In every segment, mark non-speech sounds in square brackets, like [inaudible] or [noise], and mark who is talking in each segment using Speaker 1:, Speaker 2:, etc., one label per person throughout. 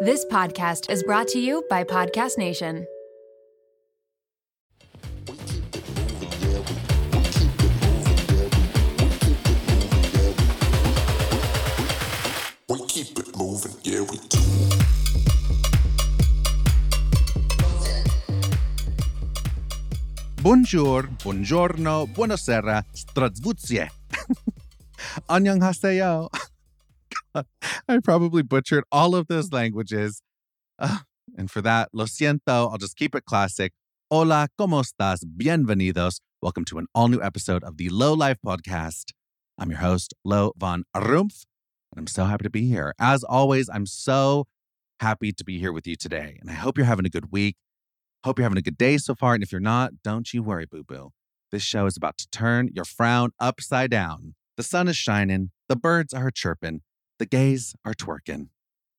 Speaker 1: This podcast is brought to you by Podcast Nation.
Speaker 2: We keep it moving, yeah, we do.
Speaker 3: Bonjour, buongiorno, buonasera, [laughs] stradzvuzie. Anyang haseo. [laughs] I probably butchered all of those languages. Uh, and for that, lo siento, I'll just keep it classic. Hola, ¿cómo estás? Bienvenidos. Welcome to an all new episode of the Low Life Podcast. I'm your host, Lo von Rumpf, and I'm so happy to be here. As always, I'm so happy to be here with you today, and I hope you're having a good week. Hope you're having a good day so far. And if you're not, don't you worry, boo boo. This show is about to turn your frown upside down. The sun is shining, the birds are chirping, the gays are twerking.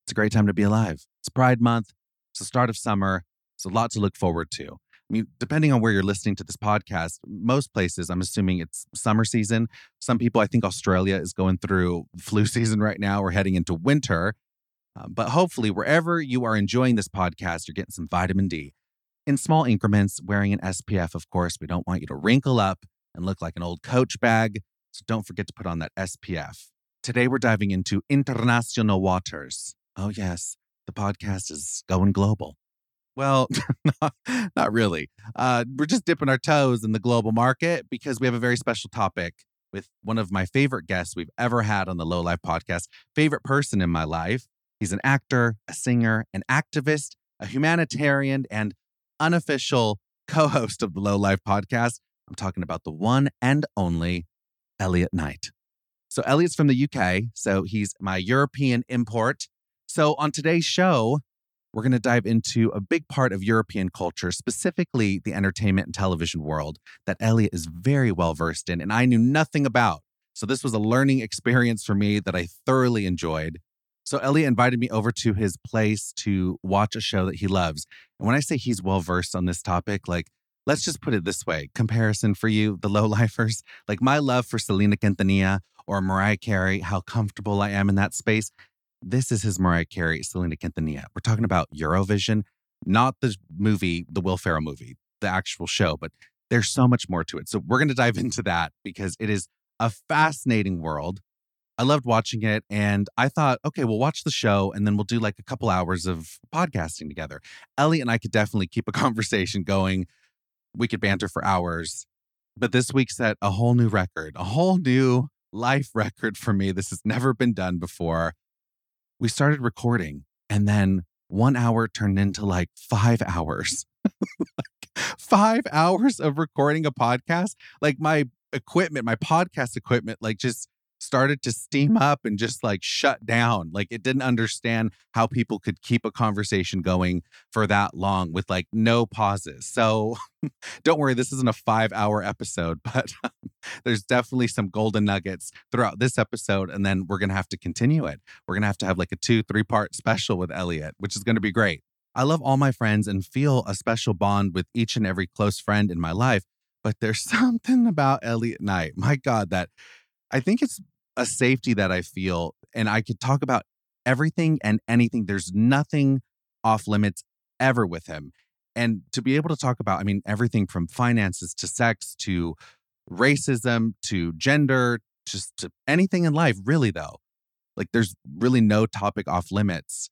Speaker 3: It's a great time to be alive. It's Pride Month, it's the start of summer, it's a lot to look forward to. I mean, depending on where you're listening to this podcast, most places, I'm assuming it's summer season. Some people, I think Australia is going through flu [laughs] season right now. We're heading into winter. Um, but hopefully, wherever you are enjoying this podcast, you're getting some vitamin D in small increments, wearing an SPF, of course. We don't want you to wrinkle up and look like an old coach bag. So don't forget to put on that SPF. Today, we're diving into international waters. Oh, yes, the podcast is going global. Well, [laughs] not, not really. Uh, we're just dipping our toes in the global market because we have a very special topic with one of my favorite guests we've ever had on the Low Life podcast, favorite person in my life. He's an actor, a singer, an activist, a humanitarian, and unofficial co host of the Low Life podcast. I'm talking about the one and only Elliot Knight. So, Elliot's from the UK, so he's my European import. So, on today's show, we're going to dive into a big part of European culture, specifically the entertainment and television world that Elliot is very well versed in, and I knew nothing about. So, this was a learning experience for me that I thoroughly enjoyed. So, Elliot invited me over to his place to watch a show that he loves. And when I say he's well versed on this topic, like, let's just put it this way comparison for you, the [laughs] low lifers, like my love for Selena Quintanilla or Mariah Carey, how comfortable I am in that space. This is his Mariah Carey, Selena Quintanilla. We're talking about Eurovision, not the movie, the Will Ferrell movie, the actual show, but there's so much more to it. So we're going to dive [laughs] into that because it is a fascinating world. I loved watching it and I thought, okay, we'll watch the show and then we'll do like a couple hours of podcasting together. Ellie and I could definitely keep a [laughs] conversation going. We could banter for hours. But this week set a whole new record, a whole new life record for me. This has never been done before. We started recording and then one hour turned into like five hours. [laughs] Like, five hours of recording a podcast. Like my equipment, my podcast equipment, like just started to steam up and just like shut down. Like it didn't understand how people could keep a conversation going for that long with like no pauses. So [laughs] don't worry, this isn't a five hour episode, [laughs] but there's definitely some golden nuggets throughout this episode. And then we're going to have to continue it. We're going to have to have like a two, three part special with Elliot, which is going to be great. I love all my friends and feel a special bond with each and every close friend in my life. But there's [laughs] something about Elliot Knight, my God, that I think it's a safety that I feel, and I could talk about everything and anything. There's nothing off limits ever with him. And to be able to talk about, I mean, everything from finances to sex to racism to gender, just to anything in life, really, though. Like, there's really no topic off limits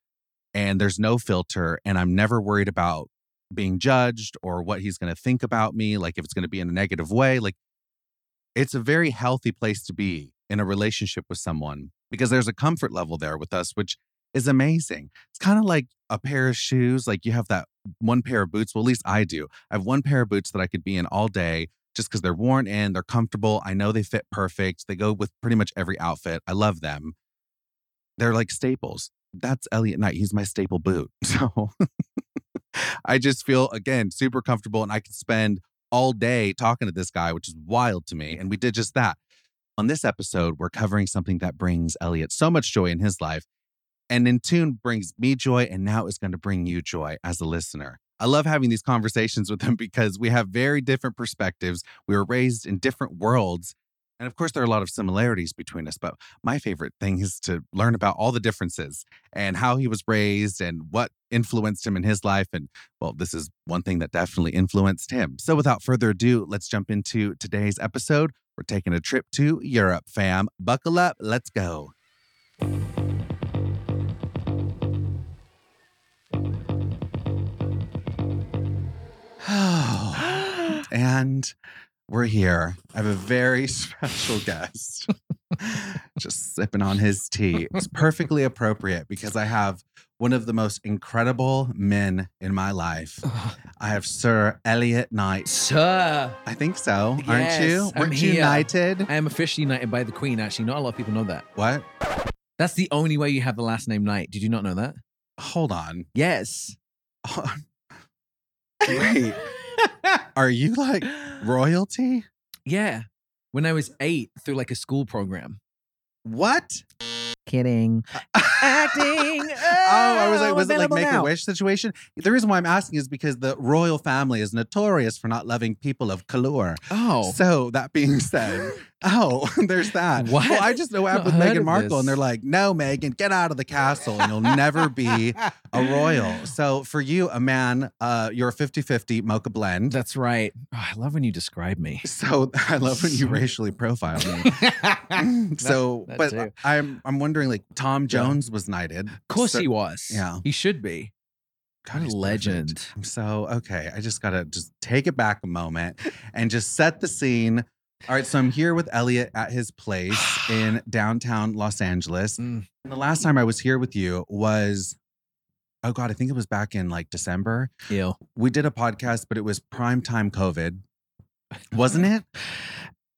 Speaker 3: and there's no filter. And I'm never worried about being judged or what he's going to think about me, like if it's going to be in a negative way. Like, it's a very healthy place to be in a relationship with someone because there's a comfort level there with us, which is amazing. It's kind of like a pair of shoes. Like you have that one pair of boots. Well, at least I do. I have one pair of boots that I could be in all day just because they're worn in, they're comfortable. I know they fit perfect. They go with pretty much every outfit. I love them. They're like staples. That's Elliot Knight. He's my staple boot. [laughs] So I just feel, again, super comfortable and I could spend all day talking to this guy, which is wild to me. And we did just that. On this episode, we're covering something that brings Elliot so much joy in his life. And in tune brings me joy and now is going to bring you joy as a listener. I love having these [laughs] conversations with him because we have very different perspectives. We were raised in different worlds. And of course, there are a lot of similarities between us, but my favorite thing is to learn about all the differences and how he was raised and what influenced him in his life. And well, this is one thing that definitely influenced him. So without further ado, let's jump into today's episode. We're taking a trip to Europe, fam. Buckle up, let's go.
Speaker 4: [gasps]
Speaker 3: Oh, and we're here. I have a very [laughs] special guest. Just sipping on his tea. It's perfectly appropriate because I have one of the most incredible men in my life. I have Sir Elliot Knight.
Speaker 4: Sir,
Speaker 3: I think so, aren't
Speaker 4: Yes,
Speaker 3: you?
Speaker 4: I'm
Speaker 3: Weren't you
Speaker 4: here.
Speaker 3: knighted?
Speaker 4: I am officially knighted by the Queen, actually. Not a lot of people know that.
Speaker 3: What?
Speaker 4: That's the only way you have the last name Knight. Did you not know that?
Speaker 3: Hold on. [laughs]
Speaker 4: Yes. [laughs]
Speaker 3: Wait, are you like royalty?
Speaker 4: yeah. When I was eight, through like a school program. [gasps]
Speaker 3: What?
Speaker 4: [laughs] Kidding. Acting. Oh,
Speaker 3: Oh, I was like, was it like make a wish situation? The reason why I'm asking is because the royal family is notorious for not loving people of color.
Speaker 4: Oh.
Speaker 3: So that being
Speaker 4: [gasps]
Speaker 3: said, oh, [laughs] there's that.
Speaker 4: What?
Speaker 3: Well, I just know what happened
Speaker 4: Not
Speaker 3: with
Speaker 4: heard
Speaker 3: Meghan
Speaker 4: of
Speaker 3: Markle, and
Speaker 4: this.
Speaker 3: they're like, no, Meghan, get out of the castle, and you'll never be a
Speaker 4: [laughs]
Speaker 3: royal. So for you, a man, uh, you're a 50 50 mocha blend.
Speaker 4: That's right. Oh, I love when you describe [laughs] me.
Speaker 3: So [laughs] I love
Speaker 4: [laughs]
Speaker 3: when you
Speaker 4: Sorry.
Speaker 3: racially profile me. [laughs] so,
Speaker 4: that
Speaker 3: but uh,
Speaker 4: too.
Speaker 3: I'm I'm wondering, like Tom Jones was knighted.
Speaker 4: of course
Speaker 3: so,
Speaker 4: he was.
Speaker 3: Yeah.
Speaker 4: He should be.
Speaker 3: God, he's
Speaker 4: what a
Speaker 3: perfect.
Speaker 4: legend.
Speaker 3: I'm so okay. I just gotta just take it back a moment and just set the scene. All right, so I'm here with Elliot at his
Speaker 4: [sighs]
Speaker 3: place in downtown Los Angeles.
Speaker 4: Mm.
Speaker 3: And the last time I was here with you was, oh God, I think it was back in like December.
Speaker 4: Ew.
Speaker 3: We did a podcast, but it was prime time COVID, wasn't
Speaker 4: Mm.
Speaker 3: it?
Speaker 4: [laughs]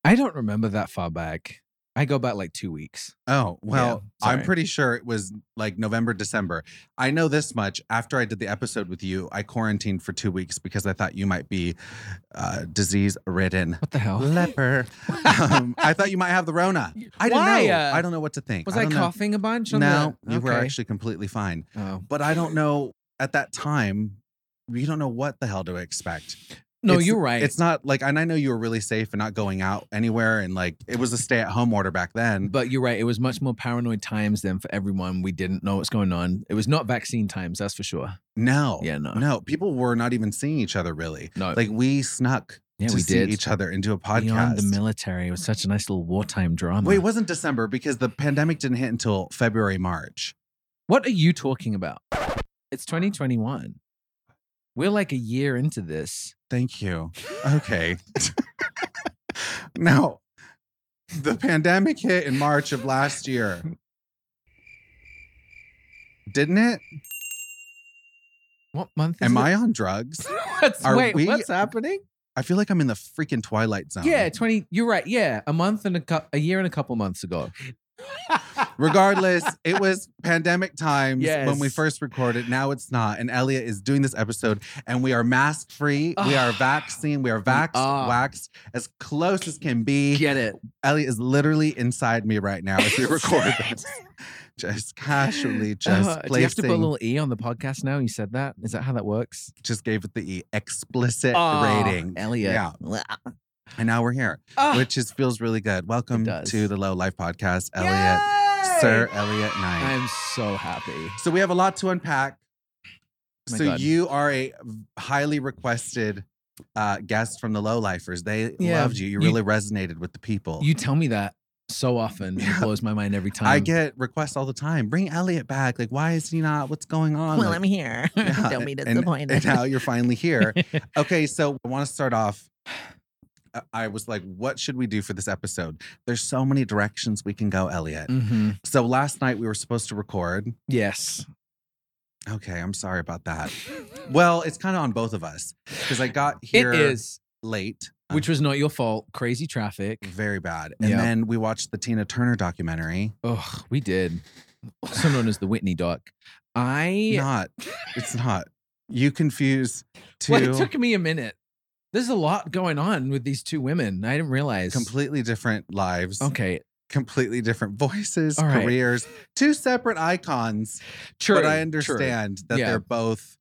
Speaker 4: I don't remember that far back. I go back like two weeks.
Speaker 3: Oh, well,
Speaker 4: Yeah,
Speaker 3: I'm
Speaker 4: sorry.
Speaker 3: pretty sure it was like November, December. I know this much. After I did the episode with you, I quarantined for two weeks because I thought you might be uh, disease ridden.
Speaker 4: What the hell? [laughs]
Speaker 3: Leper. um, I thought you might have the Rona. I don't
Speaker 4: Why?
Speaker 3: know.
Speaker 4: Uh,
Speaker 3: I don't know what to think.
Speaker 4: Was
Speaker 3: I
Speaker 4: I,
Speaker 3: don't know.
Speaker 4: coughing a bunch? On
Speaker 3: No,
Speaker 4: that?
Speaker 3: you were
Speaker 4: Okay.
Speaker 3: actually completely fine.
Speaker 4: Oh.
Speaker 3: But I don't know at that time, you don't know what the hell to expect.
Speaker 4: No,
Speaker 3: It's-
Speaker 4: you're right.
Speaker 3: It's not like, and I know you were really safe and not going out anywhere. And like, it was a stay at home order back then.
Speaker 4: but you're right. It was much more paranoid times then for everyone. We didn't know what's going on. It was not vaccine times, that's for sure.
Speaker 3: No.
Speaker 4: Yeah, [laughs] no.
Speaker 3: Oh, No, people were not even seeing each other really.
Speaker 4: No,
Speaker 3: Like we snuck
Speaker 4: Uh, yeah,
Speaker 3: to
Speaker 4: we
Speaker 3: see
Speaker 4: did.
Speaker 3: each other into a
Speaker 4: Beyond the
Speaker 3: podcast.
Speaker 4: military, it was such a nice little wartime drama.
Speaker 3: Wait, it wasn't December because the pandemic didn't hit until February, March.
Speaker 4: What are you talking about? It's 2021. We're like a year into this.
Speaker 3: Thank you.
Speaker 4: [laughs]
Speaker 3: Okay. [laughs] now, the pandemic hit in March of last year. Didn't it?
Speaker 4: What month is
Speaker 3: Am
Speaker 4: it?
Speaker 3: I on drugs?
Speaker 4: [laughs] What's,
Speaker 3: Are
Speaker 4: wait,
Speaker 3: we-
Speaker 4: what's happening?
Speaker 3: I feel like I'm in the freaking twilight zone.
Speaker 4: Yeah, 20. You're right. Yeah, a month and a, cou- a year and a couple months ago. [laughs]
Speaker 3: Regardless, it was pandemic times when we
Speaker 4: Yes.
Speaker 3: first recorded. Now it's not. And Elliot is doing this episode, and we are mask free. We are
Speaker 4: [sighs] Ah.
Speaker 3: vaccine. We are vaxxed,
Speaker 4: are.
Speaker 3: waxed, as close as can be.
Speaker 4: Get it.
Speaker 3: Elliot is literally inside me right now
Speaker 4: [laughs]
Speaker 3: as we record this. Just casually, just
Speaker 4: Uh, do you have to
Speaker 3: placing,
Speaker 4: put a little E on the podcast now? You said that? Is that how that works?
Speaker 3: just gave it the E explicit
Speaker 4: Ah,
Speaker 3: rating.
Speaker 4: Elliot.
Speaker 3: Yeah. And now we're here,
Speaker 4: Ah,
Speaker 3: which is, feels really good. Welcome
Speaker 4: does.
Speaker 3: to the Low Life Podcast, Elliot,
Speaker 4: yay!
Speaker 3: Sir Elliot Knight.
Speaker 4: I'm so
Speaker 3: [sighs]
Speaker 4: happy.
Speaker 3: So we have a lot to unpack.
Speaker 4: Oh My
Speaker 3: so
Speaker 4: God.
Speaker 3: you are a v- highly requested uh, guest from the Lowlifers. They
Speaker 4: Yeah.
Speaker 3: loved you. You
Speaker 4: You-
Speaker 3: really resonated with the people.
Speaker 4: You um, tell me that so often. It
Speaker 3: Yeah.
Speaker 4: blows my mind every time.
Speaker 3: I get requests all the time. Bring Elliot back. Like, why is he not? What's going on?
Speaker 5: Well,
Speaker 3: Like,
Speaker 5: I'm [laughs] here.
Speaker 3: yeah,
Speaker 5: Don't be
Speaker 3: and- and-
Speaker 5: disappointed.
Speaker 3: [laughs] And now you're finally
Speaker 4: [laughs]
Speaker 3: here. okay, so I want to start off. I- I was like, what should we do for this episode? There's so many directions we can go, Elliot.
Speaker 4: Mhm.
Speaker 3: So last night we were supposed to record.
Speaker 4: Yes.
Speaker 3: Okay, I'm sorry about
Speaker 4: [laughs]
Speaker 3: that. Well, it's kind of on both of us because I got here
Speaker 4: It is,
Speaker 3: late, uh,
Speaker 4: which was not your fault. Crazy traffic.
Speaker 3: very bad. And
Speaker 4: Yeah.
Speaker 3: then we watched the Tina Turner documentary.
Speaker 4: Oh, we did. Also known as the Whitney doc. I
Speaker 3: Not, it's not. You
Speaker 4: [laughs]
Speaker 3: confuse two
Speaker 4: well, it took me a minute. There's a lot going on with these two women. I didn't realize.
Speaker 3: completely different lives,
Speaker 4: Okay.
Speaker 3: completely different voices,
Speaker 4: All right.
Speaker 3: careers, two separate icons.
Speaker 4: True.
Speaker 3: but I
Speaker 4: true.
Speaker 3: understand that
Speaker 4: Yeah.
Speaker 3: they're both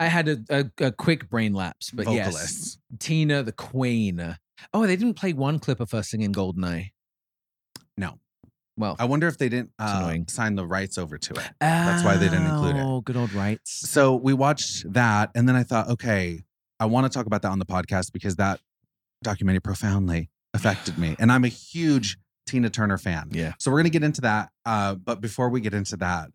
Speaker 4: I had a, a, a quick brain lapse, but yes.
Speaker 3: vocalists.
Speaker 4: Tina the Queen. Oh, they didn't play one clip of her singing Goldeneye.
Speaker 3: No. Oh,
Speaker 4: Well,
Speaker 3: I wonder if they didn't uh,
Speaker 4: annoying.
Speaker 3: sign the rights over to it. why they didn't include it.
Speaker 4: Oh, good old rights.
Speaker 3: So we watched that, and then I thought, okay, I want to talk about that on the podcast because that documentary profoundly affected me, and I'm a huge Tina Turner fan.
Speaker 4: Yeah.
Speaker 3: So we're gonna get into that, uh, but before we get into that,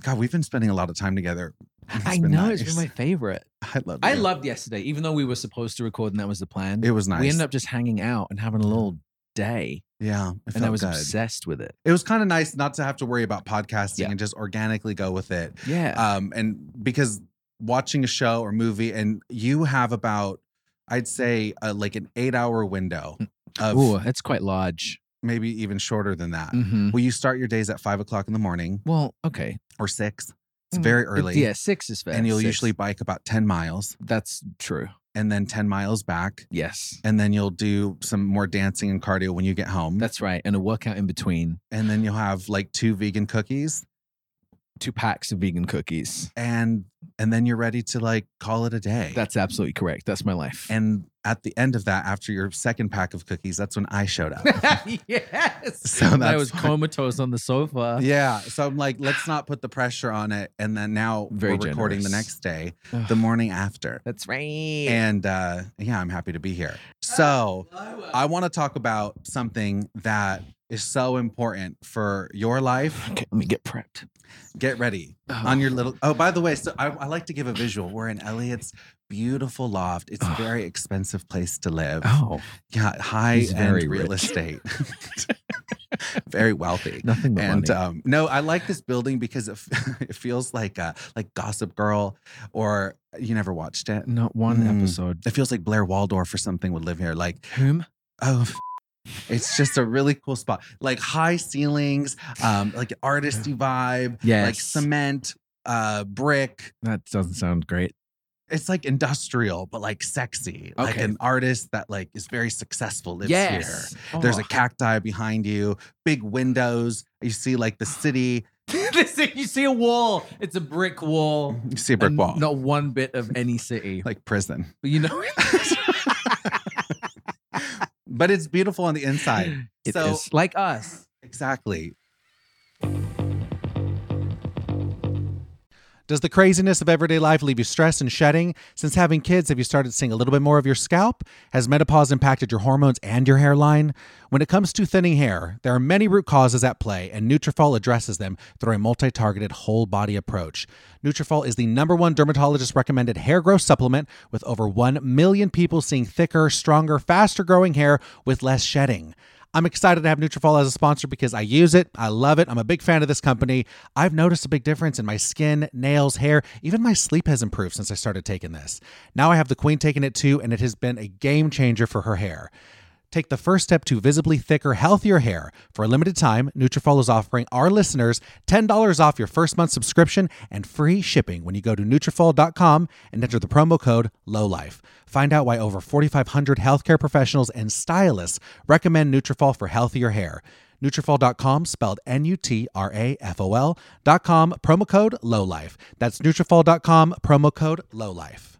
Speaker 3: God, we've been spending a lot of time together. [laughs] It's
Speaker 4: [laughs] I
Speaker 3: been
Speaker 4: know
Speaker 3: nice.
Speaker 4: it's been my favorite.
Speaker 3: [laughs] I love.
Speaker 4: I
Speaker 3: you.
Speaker 4: loved yesterday, even though we were supposed to record and that was the plan.
Speaker 3: It was nice.
Speaker 4: We ended up just hanging out and having a little day,
Speaker 3: yeah, it felt
Speaker 4: and I was
Speaker 3: good.
Speaker 4: obsessed with it.
Speaker 3: It was kind of nice not to have to worry about podcasting
Speaker 4: Yeah.
Speaker 3: and just organically go with it.
Speaker 4: Yeah,
Speaker 3: um and because watching a show or movie and you have about i'd say uh, like an eight hour window of
Speaker 4: Mm.
Speaker 3: Uh,
Speaker 4: Ooh, it's quite large.
Speaker 3: maybe even shorter than that
Speaker 4: Mhm.
Speaker 3: Will you start your days at five o'clock in the morning
Speaker 4: Well, okay,
Speaker 3: or six it's
Speaker 4: Mm,
Speaker 3: very
Speaker 4: it-
Speaker 3: early
Speaker 4: Yeah, six is fair.
Speaker 3: and you'll
Speaker 4: Six.
Speaker 3: usually bike about 10 miles
Speaker 4: that's true.
Speaker 3: and then 10 miles back
Speaker 4: Yes,
Speaker 3: and then you'll do some more dancing and cardio when you get home
Speaker 4: that's right. And a workout in between,
Speaker 3: and then you'll have like two vegan cookies
Speaker 4: two packs of vegan cookies.
Speaker 3: and and then you're ready to like call it a day
Speaker 4: That's absolutely correct. That's my life.
Speaker 3: and at the end of that after your second pack of cookies that's when i showed
Speaker 4: [laughs]
Speaker 3: up
Speaker 4: [laughs]
Speaker 3: [laughs]
Speaker 4: yes.
Speaker 3: So
Speaker 4: And [laughs] I
Speaker 3: that's
Speaker 4: was
Speaker 3: why-
Speaker 4: comatose on the sofa.
Speaker 3: Yeah. So I'm like, let's not put the pressure on it. And then now
Speaker 4: Very
Speaker 3: we're recording the
Speaker 4: generous.
Speaker 3: next day,
Speaker 4: Ugh.
Speaker 3: the morning after.
Speaker 4: That's right.
Speaker 3: And uh, yeah, I'm happy to be
Speaker 4: Oh,
Speaker 3: here. So I want to talk about something that is so important for your life.
Speaker 4: okay, let me get prepped.
Speaker 3: Get ready on your little. Oh, by the way, so I, I like to give a visual. We're in Elliot's beautiful loft. It's a very expensive place to live.
Speaker 4: Oh,
Speaker 3: Yeah, high
Speaker 4: He's
Speaker 3: end
Speaker 4: very
Speaker 3: real
Speaker 4: rich. [laughs]
Speaker 3: estate. very wealthy.
Speaker 4: nothing but
Speaker 3: and
Speaker 4: money.
Speaker 3: um, no, I like this building because it, [laughs] f- it feels like uh, like Gossip Girl, or you never watched it.
Speaker 4: Not one
Speaker 3: Mm.
Speaker 4: episode.
Speaker 3: It feels like Blair Waldorf or something would live here. Like,
Speaker 4: Whom?
Speaker 3: oh, f- it's just a really cool spot. Like high ceilings, um, like artisty vibe,
Speaker 4: Yes.
Speaker 3: like cement, uh, brick.
Speaker 4: That doesn't sound great.
Speaker 3: It's like industrial, but like sexy. Like
Speaker 4: Okay.
Speaker 3: an artist that like is very successful lives here.
Speaker 4: Oh. [laughs]
Speaker 3: There's a cacti behind you, big windows. You see like
Speaker 4: [gasps]
Speaker 3: the city.
Speaker 4: This- you see a wall. It's a brick wall.
Speaker 3: You see a brick
Speaker 4: And
Speaker 3: wall.
Speaker 4: Not one bit of any city.
Speaker 3: like prison.
Speaker 4: But you know,
Speaker 3: But it's beautiful on the inside.
Speaker 4: [laughs] It
Speaker 3: so
Speaker 4: is like us.
Speaker 3: exactly. Does the craziness of everyday life leave you stressed and shedding? Since having kids, have you started seeing a little bit more of your scalp? Has menopause impacted your hormones and your hairline? When it comes to thinning hair, there are many root causes at play, and Nutrafol addresses them through a multi-targeted whole body approach. Nutrafol is the number one dermatologist recommended hair growth supplement with over 1 million people seeing thicker, stronger, faster growing hair with less shedding. I'm excited to have Nutrafol as a sponsor because I use it. I love it. I'm a big fan of this company. I've noticed a big difference in my skin, nails, hair. Even my sleep has improved since I started taking this. Now I have the queen taking it too, and it has been a game changer for her hair. Take the first step to visibly thicker, healthier hair. For a limited time, Nutrafol is offering our listeners $10 off your first month subscription and free shipping when you go to Nutrafol.com and enter the promo code LOWLIFE. Find out why over 4,500 healthcare professionals and stylists recommend Nutrafol for healthier hair. Nutrafol.com, spelled N-U-T-R-A-F-O-L dot com, promo code LOWLIFE. That's Nutrafol.com, promo code LOWLIFE.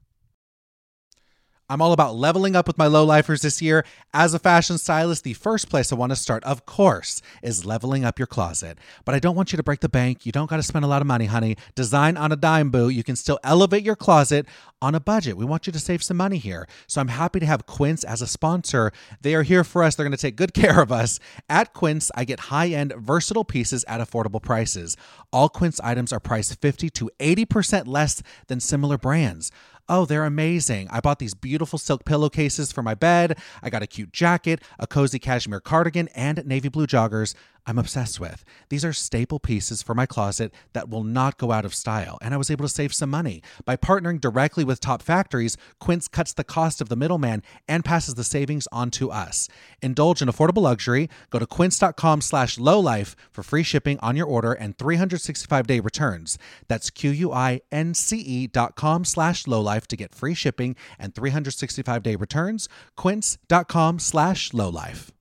Speaker 3: I'm all about leveling up with my lowlifers this year. As a fashion stylist, the first place I want to start, of course, is leveling up your closet. But I don't want you to break the bank. You don't got to spend a lot of money, honey. Design on a dime, boo. You can still elevate your closet on a budget. We want you to save some money here. So I'm happy to have Quince as a sponsor. They are here for us. They're going to take good [laughs] care of us. At Quince, I get high end, versatile pieces at affordable prices. All Quince items are priced 50 to 80% less than similar brands. Oh, they're amazing. I bought these beautiful silk pillowcases for my bed. I got a cute jacket, a cozy cashmere cardigan, and navy blue joggers I'm obsessed with. These are staple pieces for my closet that will not go out of style, and I was able to save some money. By partnering directly with top factories, Quince cuts the cost of the middleman and passes the savings on to us. Indulge in affordable luxury. Go to quince.com slash lowlife for free shipping on your order and 365-day returns. That's Q-U-I-N-C-E E dot com slash lowlife to get free shipping and 365-day returns. Quince.com slash lowlife.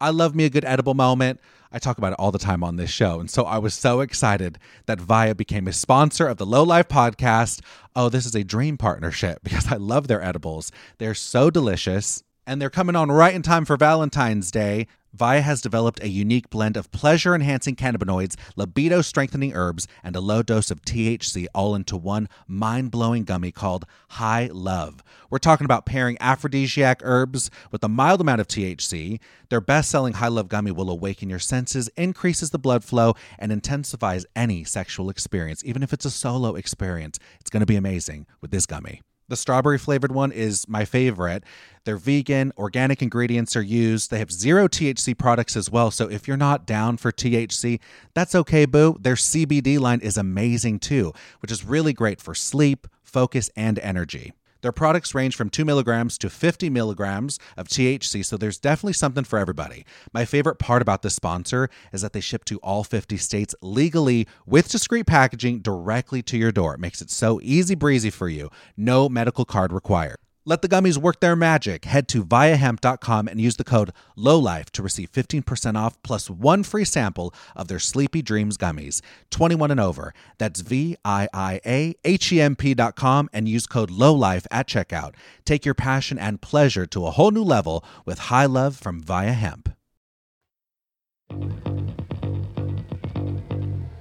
Speaker 3: I love me a good edible moment. I talk about it all the time on this show. And so I was so excited that Via became a sponsor of the Low Life podcast. Oh, this is a dream partnership [laughs] because I love their edibles. They're so delicious. And they're coming on right in time for Valentine's Day. Via has developed a unique blend of pleasure enhancing cannabinoids, libido strengthening herbs, and a low dose of THC all into one mind blowing gummy called High Love. We're talking about pairing aphrodisiac herbs with a mild amount of THC. Their best selling High Love gummy will awaken your senses, increases the blood flow, and intensifies any sexual experience, even if it's a solo experience. It's going to be amazing with this gummy. The strawberry flavored one is my favorite. They're vegan, organic ingredients are used. They have zero THC products as well. So if you're not down for THC, that's okay, boo. Their CBD line is amazing too, which is really great for sleep, focus, and energy. Their products range from 2 milligrams to 50 milligrams of THC, so there's definitely something for everybody. My favorite part about this sponsor is that they ship to all 50 states legally with discreet packaging directly to your door. It makes it so easy breezy for you. No medical card required. Let the gummies work their magic. Head to viahemp.com and use the code LOWLIFE to receive 15% off plus one free sample of their Sleepy Dreams gummies. 21 and over. That's V I I A H E M P.com and use code LOWLIFE at checkout. Take your passion and pleasure to a whole new level with high love from Via Hemp.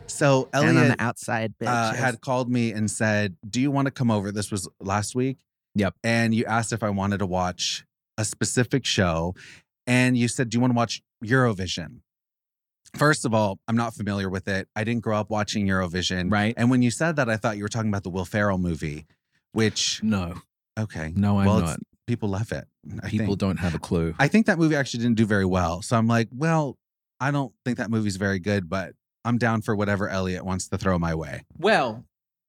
Speaker 3: So,
Speaker 4: and on the
Speaker 3: Elliot
Speaker 4: outside, bitch.
Speaker 3: uh,
Speaker 4: yes.
Speaker 3: had called me and said, "Do you want to come over?" This was last week.
Speaker 4: Yep.
Speaker 3: And you asked if I wanted to watch a specific show, and you said, "Do you want to watch Eurovision?" First of all, I'm not familiar with it. I didn't grow up watching Eurovision.
Speaker 4: Right.
Speaker 3: And when you said that, I thought you were talking about the Will Ferrell movie, which
Speaker 4: no,
Speaker 3: okay,
Speaker 4: no, I'm
Speaker 3: Well, it's-
Speaker 4: not.
Speaker 3: people love it. I
Speaker 4: People
Speaker 3: think.
Speaker 4: don't have a clue.
Speaker 3: I think that movie actually didn't do very well. So I'm like, well, I don't think that movie's very good, but I'm down for whatever Elliot wants to throw my way.
Speaker 4: Well,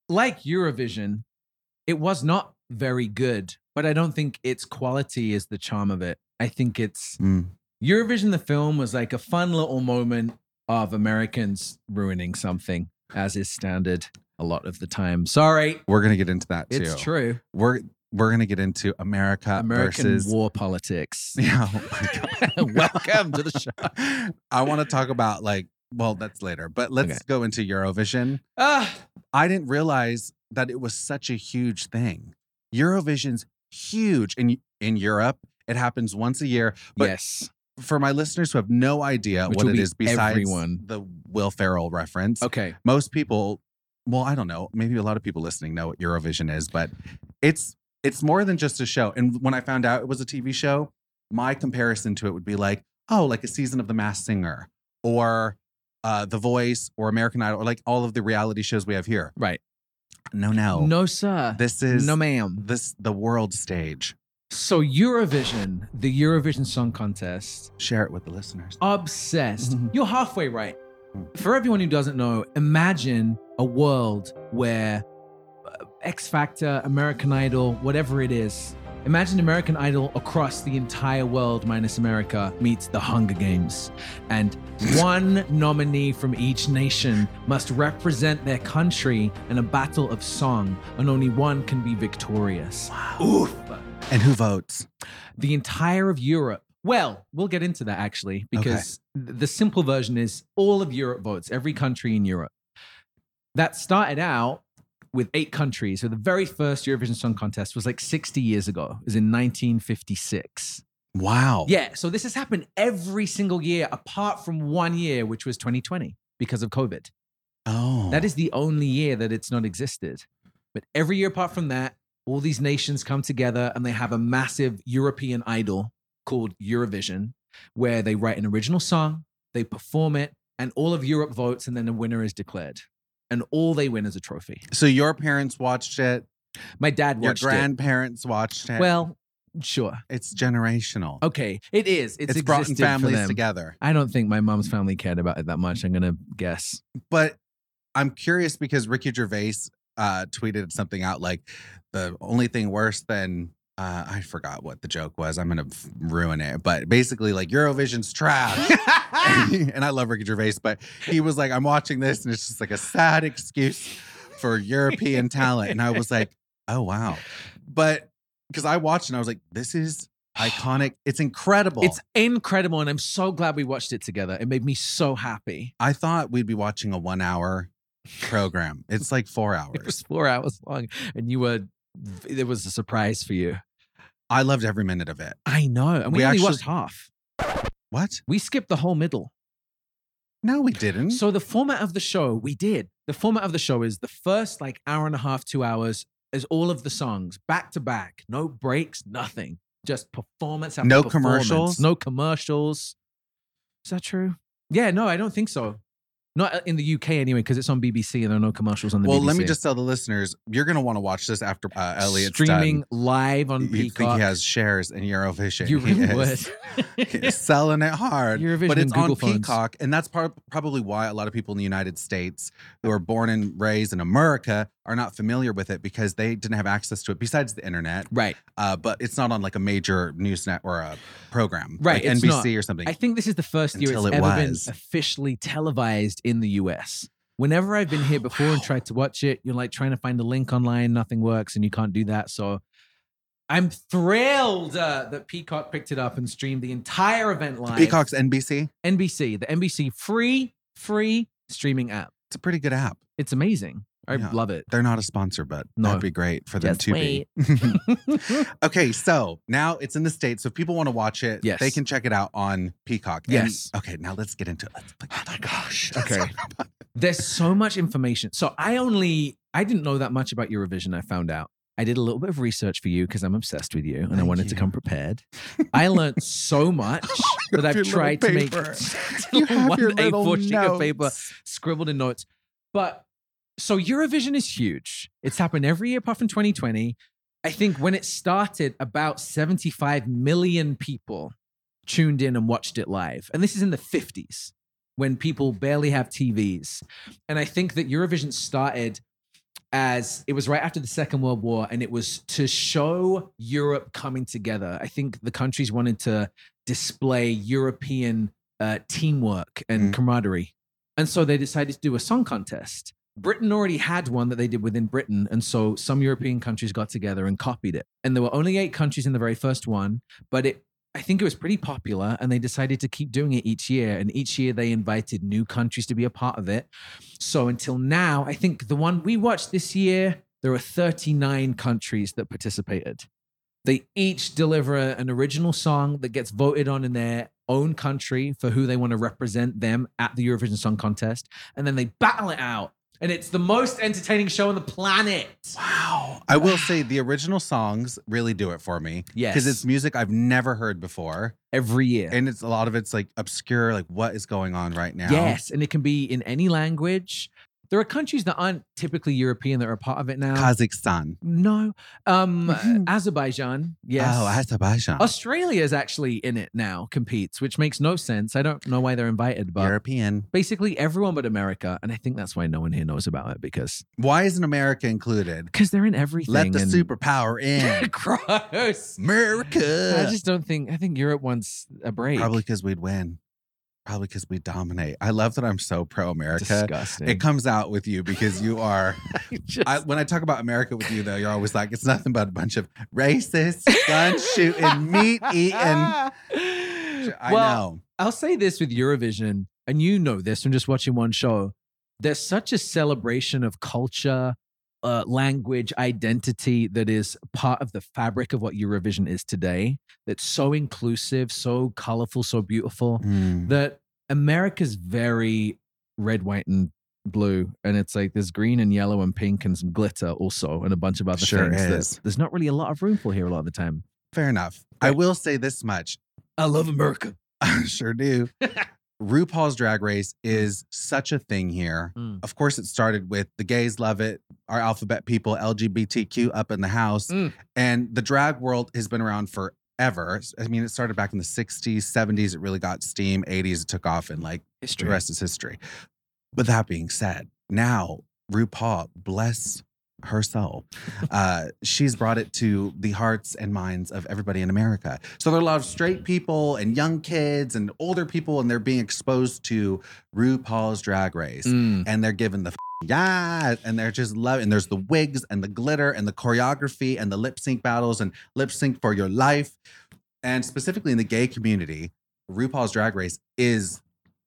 Speaker 4: like Eurovision, it was not very good, but I don't think its quality is the charm of it. I think it's
Speaker 3: Mm.
Speaker 4: Eurovision, the film, was like a fun little moment of Americans ruining something, as is standard a lot of the time. Sorry,
Speaker 3: We're gonna get into that too.
Speaker 4: it's true.
Speaker 3: We're we're gonna get into
Speaker 4: uh,
Speaker 3: America
Speaker 4: American
Speaker 3: versus
Speaker 4: war politics.
Speaker 3: [laughs] Yeah. oh my God.
Speaker 4: [laughs] Welcome to the show.
Speaker 3: I want to talk about like well, that's later, but let's
Speaker 4: Okay.
Speaker 3: go into Eurovision.
Speaker 4: [laughs] Ah,
Speaker 3: I didn't realize that it was such a huge thing. Eurovision's huge in in Europe. It happens once a year. But
Speaker 4: yes.
Speaker 3: For my listeners who have no idea
Speaker 4: Which
Speaker 3: what
Speaker 4: will
Speaker 3: it
Speaker 4: be
Speaker 3: is besides
Speaker 4: everyone.
Speaker 3: the Will Ferrell reference,
Speaker 4: Okay.
Speaker 3: most people well i don't know maybe a lot of people listening know what eurovision is but it's it's more than just a show and when i found out it was a tv show my comparison to it would be like oh like a season of the masked singer or uh, the voice or american idol or like all of the reality shows we have here
Speaker 4: Right.
Speaker 3: no no
Speaker 4: No, sir.
Speaker 3: this is
Speaker 4: no, ma'am.
Speaker 3: this the world stage
Speaker 4: So, Eurovision, the Eurovision Song Contest,
Speaker 3: share it with the listeners
Speaker 4: obsessed.
Speaker 3: Mhm.
Speaker 4: You're halfway right.
Speaker 3: Mm.
Speaker 4: For everyone who doesn't know, imagine a world where uh, X Factor, American Idol, whatever it is, imagine American Idol across the entire world minus America meets the Hunger Games. And one nominee from each nation must represent their country in a battle of song, and only one can be victorious. Oof
Speaker 3: and who votes
Speaker 4: the entire of Europe. Well, we'll get into that actually, because th- the simple version is all of Europe votes, every country in Europe. That started out with eight countries. So the very first Eurovision Song Contest was like 60 years ago, it was in 1956.
Speaker 3: wow
Speaker 4: Yeah, so this has happened every single year apart from one year, which was 2020 because of COVID.
Speaker 3: oh
Speaker 4: That is the only year that it's not existed. But every year apart from that, all these nations come together and they have a massive European idol called Eurovision, where they write an original song, they perform it, and all of Europe votes, and then the winner is declared. And all they win is a trophy.
Speaker 3: so your parents watched it
Speaker 4: My dad
Speaker 3: your
Speaker 4: watched
Speaker 3: grandparents watched it
Speaker 4: it. Well, sure.
Speaker 3: it's generational
Speaker 4: Okay, it is. It's,
Speaker 3: it's, brought
Speaker 4: existed for
Speaker 3: families
Speaker 4: them.
Speaker 3: together.
Speaker 4: I don't think my mom's family cared about it that much. I'm gonna
Speaker 3: [laughs]
Speaker 4: guess.
Speaker 3: But I'm curious because Ricky Gervais uh, tweeted something out like the only thing worse than uh, I forgot what the joke was. I'm gonna f- ruin it, but basically like Eurovision's trash. [laughs] and I love Ricky Gervais, but he was like, I'm watching this, and it's just like a sad excuse for European talent. And I was like, oh wow, but because I watched and I was like, this [sighs] is iconic. It's incredible.
Speaker 4: It's incredible, and I'm so glad we watched it together. It made me so happy. [laughs]
Speaker 3: I thought we'd be watching a one hour program. It's like four hours.
Speaker 4: [laughs] It was four hours long, and you were. It was a surprise for you.
Speaker 3: I loved every minute of it.
Speaker 4: I know, and we,
Speaker 3: We
Speaker 4: only
Speaker 3: actually-
Speaker 4: watched half.
Speaker 3: What?
Speaker 4: We skipped the whole middle.
Speaker 3: No, we didn't.
Speaker 4: So the format of the show, we did. The format of the show is the first like hour and a half, two hours is all of the songs back to back, no breaks, nothing, just performance after
Speaker 3: No
Speaker 4: performance.
Speaker 3: commercials?
Speaker 4: no commercials. Is that true? Yeah, no, I don't think so. Not uh, in the UK anyway, because it's on BBC and there are no commercials on the
Speaker 3: well,
Speaker 4: BBC.
Speaker 3: let me just tell the listeners you're going to want to watch this after uh, Elliot's
Speaker 4: streaming
Speaker 3: done.
Speaker 4: live on
Speaker 3: You think
Speaker 4: Peacock.
Speaker 3: he has shares in Eurovision?
Speaker 4: you
Speaker 3: He [laughs]
Speaker 4: really
Speaker 3: is.
Speaker 4: [laughs]
Speaker 3: He
Speaker 4: would.
Speaker 3: is selling it hard.
Speaker 4: Eurovision
Speaker 3: but it's
Speaker 4: and Google
Speaker 3: on
Speaker 4: phones.
Speaker 3: Peacock, and that's par- probably why a lot of people in the United States who are born and raised in America are not familiar with it because they didn't have access to it besides the internet.
Speaker 4: right.
Speaker 3: Uh, but it's not on like a major news net or a program,
Speaker 4: Right,
Speaker 3: Like
Speaker 4: it's
Speaker 3: NBC
Speaker 4: not.
Speaker 3: or something.
Speaker 4: I think this is the first year it's
Speaker 3: Until it
Speaker 4: ever
Speaker 3: was.
Speaker 4: been officially televised in the US. Whenever I've been here before and
Speaker 3: Wow.
Speaker 4: tried to watch it, you're like trying to find a link online, nothing works, and you can't do that. So I'm thrilled uh, that Peacock picked it up and streamed the entire event live.
Speaker 3: Peacock's NBC.
Speaker 4: NBC, the NBC free, free streaming app.
Speaker 3: It's a pretty good app.
Speaker 4: It's amazing. I
Speaker 3: Yeah.
Speaker 4: love it.
Speaker 3: They're not a sponsor, but
Speaker 4: No.
Speaker 3: that'd be great for them
Speaker 4: Just
Speaker 3: to be. [laughs]
Speaker 4: [laughs]
Speaker 3: okay, so now it's in the States. So if people want to watch it,
Speaker 4: Yes.
Speaker 3: they can check it out on Peacock. And-
Speaker 4: Yes.
Speaker 3: okay, now let's get into it. Let's-
Speaker 4: Oh my gosh. Okay. [laughs] There's so much information. So I only I didn't know that much about Eurovision. I found out. I did a little bit of research for you because I'm obsessed with you and I
Speaker 3: Thank
Speaker 4: wanted to
Speaker 3: you.
Speaker 4: come prepared. I
Speaker 3: [laughs]
Speaker 4: learned so much that
Speaker 3: Your
Speaker 4: I've
Speaker 3: little
Speaker 4: tried to make [laughs]
Speaker 3: paper.
Speaker 4: little
Speaker 3: you have your
Speaker 4: one A4
Speaker 3: little
Speaker 4: sheet of paper
Speaker 3: notes.
Speaker 4: scribbled in notes. But so Eurovision is huge. It's happened every year apart from 2020. I think when it started, about 75 million people tuned in and watched it live. And this is in the 50s when people barely have TVs. And I think that Eurovision started as it was right after the Second World War and it was to show Europe coming together. I think the countries wanted to display European uh, teamwork and
Speaker 3: Mm.
Speaker 4: camaraderie. And so they decided to do a song contest. Britain already had one that they did within Britain. And so some European countries got together and copied it. And there were only eight countries in the very first one, but it I think it was pretty popular, and they decided to keep doing it each year. And each year they invited new countries to be a part of it. So until now, I think the one we watched this year, there are 39 countries that participated. They each deliver a- an original song that gets voted on in their own country for who they want to represent them at the Eurovision Song Contest. And then they battle it out. And it's the most entertaining show on the planet.
Speaker 3: Wow. I will say the original songs really do it for me.
Speaker 4: Yes.
Speaker 3: Because it's music I've never heard before.
Speaker 4: every year.
Speaker 3: And it's a lot of it's like obscure, like what is going on right now?
Speaker 4: Yes, and it can be in any language. There are countries that aren't typically European that are a part of it now.
Speaker 3: Kazakhstan. Oh,
Speaker 4: no,
Speaker 3: [laughs]
Speaker 4: um,
Speaker 3: Mhm.
Speaker 4: Azerbaijan. Yes.
Speaker 3: Oh, Azerbaijan.
Speaker 4: Australia is actually in it now, competes, which makes no sense. I don't know why they're invited, but
Speaker 3: European.
Speaker 4: basically everyone but America, and I think that's why no one here knows about it because
Speaker 3: Why isn't America included?
Speaker 4: because they're in everything.
Speaker 3: Let the
Speaker 4: and- [laughs]
Speaker 3: superpower in.
Speaker 4: Gross.
Speaker 3: America.
Speaker 4: I just don't think. I think Europe wants a break.
Speaker 3: Probably because we'd win. Probably because we dominate. I love that I'm so pro America.
Speaker 4: disgusting.
Speaker 3: It comes out with you because you are.
Speaker 4: [laughs] Just- [laughs]
Speaker 3: I, when I talk about America with you, though, you're always like, it's nothing but a bunch of racist, gun shooting, meat eating.
Speaker 4: [laughs]
Speaker 3: I know.
Speaker 4: I'll say this with Eurovision, and you know this from just watching one show. There's such a celebration of culture, uh, language, identity that is part of the fabric of what Eurovision is today. That's so inclusive, so colorful, so beautiful.
Speaker 3: Mm.
Speaker 4: That America's very red, white, and blue, and it's like there's green and yellow and pink and some glitter also, and a bunch of other
Speaker 3: Sure
Speaker 4: things. that
Speaker 3: is.
Speaker 4: there's not really a lot of room for here a lot of the time.
Speaker 3: Fair enough. I will say this much.
Speaker 4: I love America.
Speaker 3: I [laughs] sure do. RuPaul's Drag Race is such a thing here.
Speaker 4: Mm.
Speaker 3: Of course, it started with the gays love it, our alphabet people, LGBTQ up in the house.
Speaker 4: Mm.
Speaker 3: And the drag world has been around forever. I mean, it started back in the 60s, 70s. It really got steam. 80s, it took off, and like the
Speaker 4: History.
Speaker 3: rest is history. But that being said, now RuPaul, bless her soul, uh, she's brought it to the hearts and minds of everybody in America. So there are a lot of straight people and young kids and older people, and they're being exposed to RuPaul's Drag Race,
Speaker 4: Mm.
Speaker 3: and they're given the. Yeah, and they're just loving. And there's the wigs and the glitter and the choreography and the lip sync battles and lip sync for your life. And specifically in the gay community, RuPaul's Drag Race is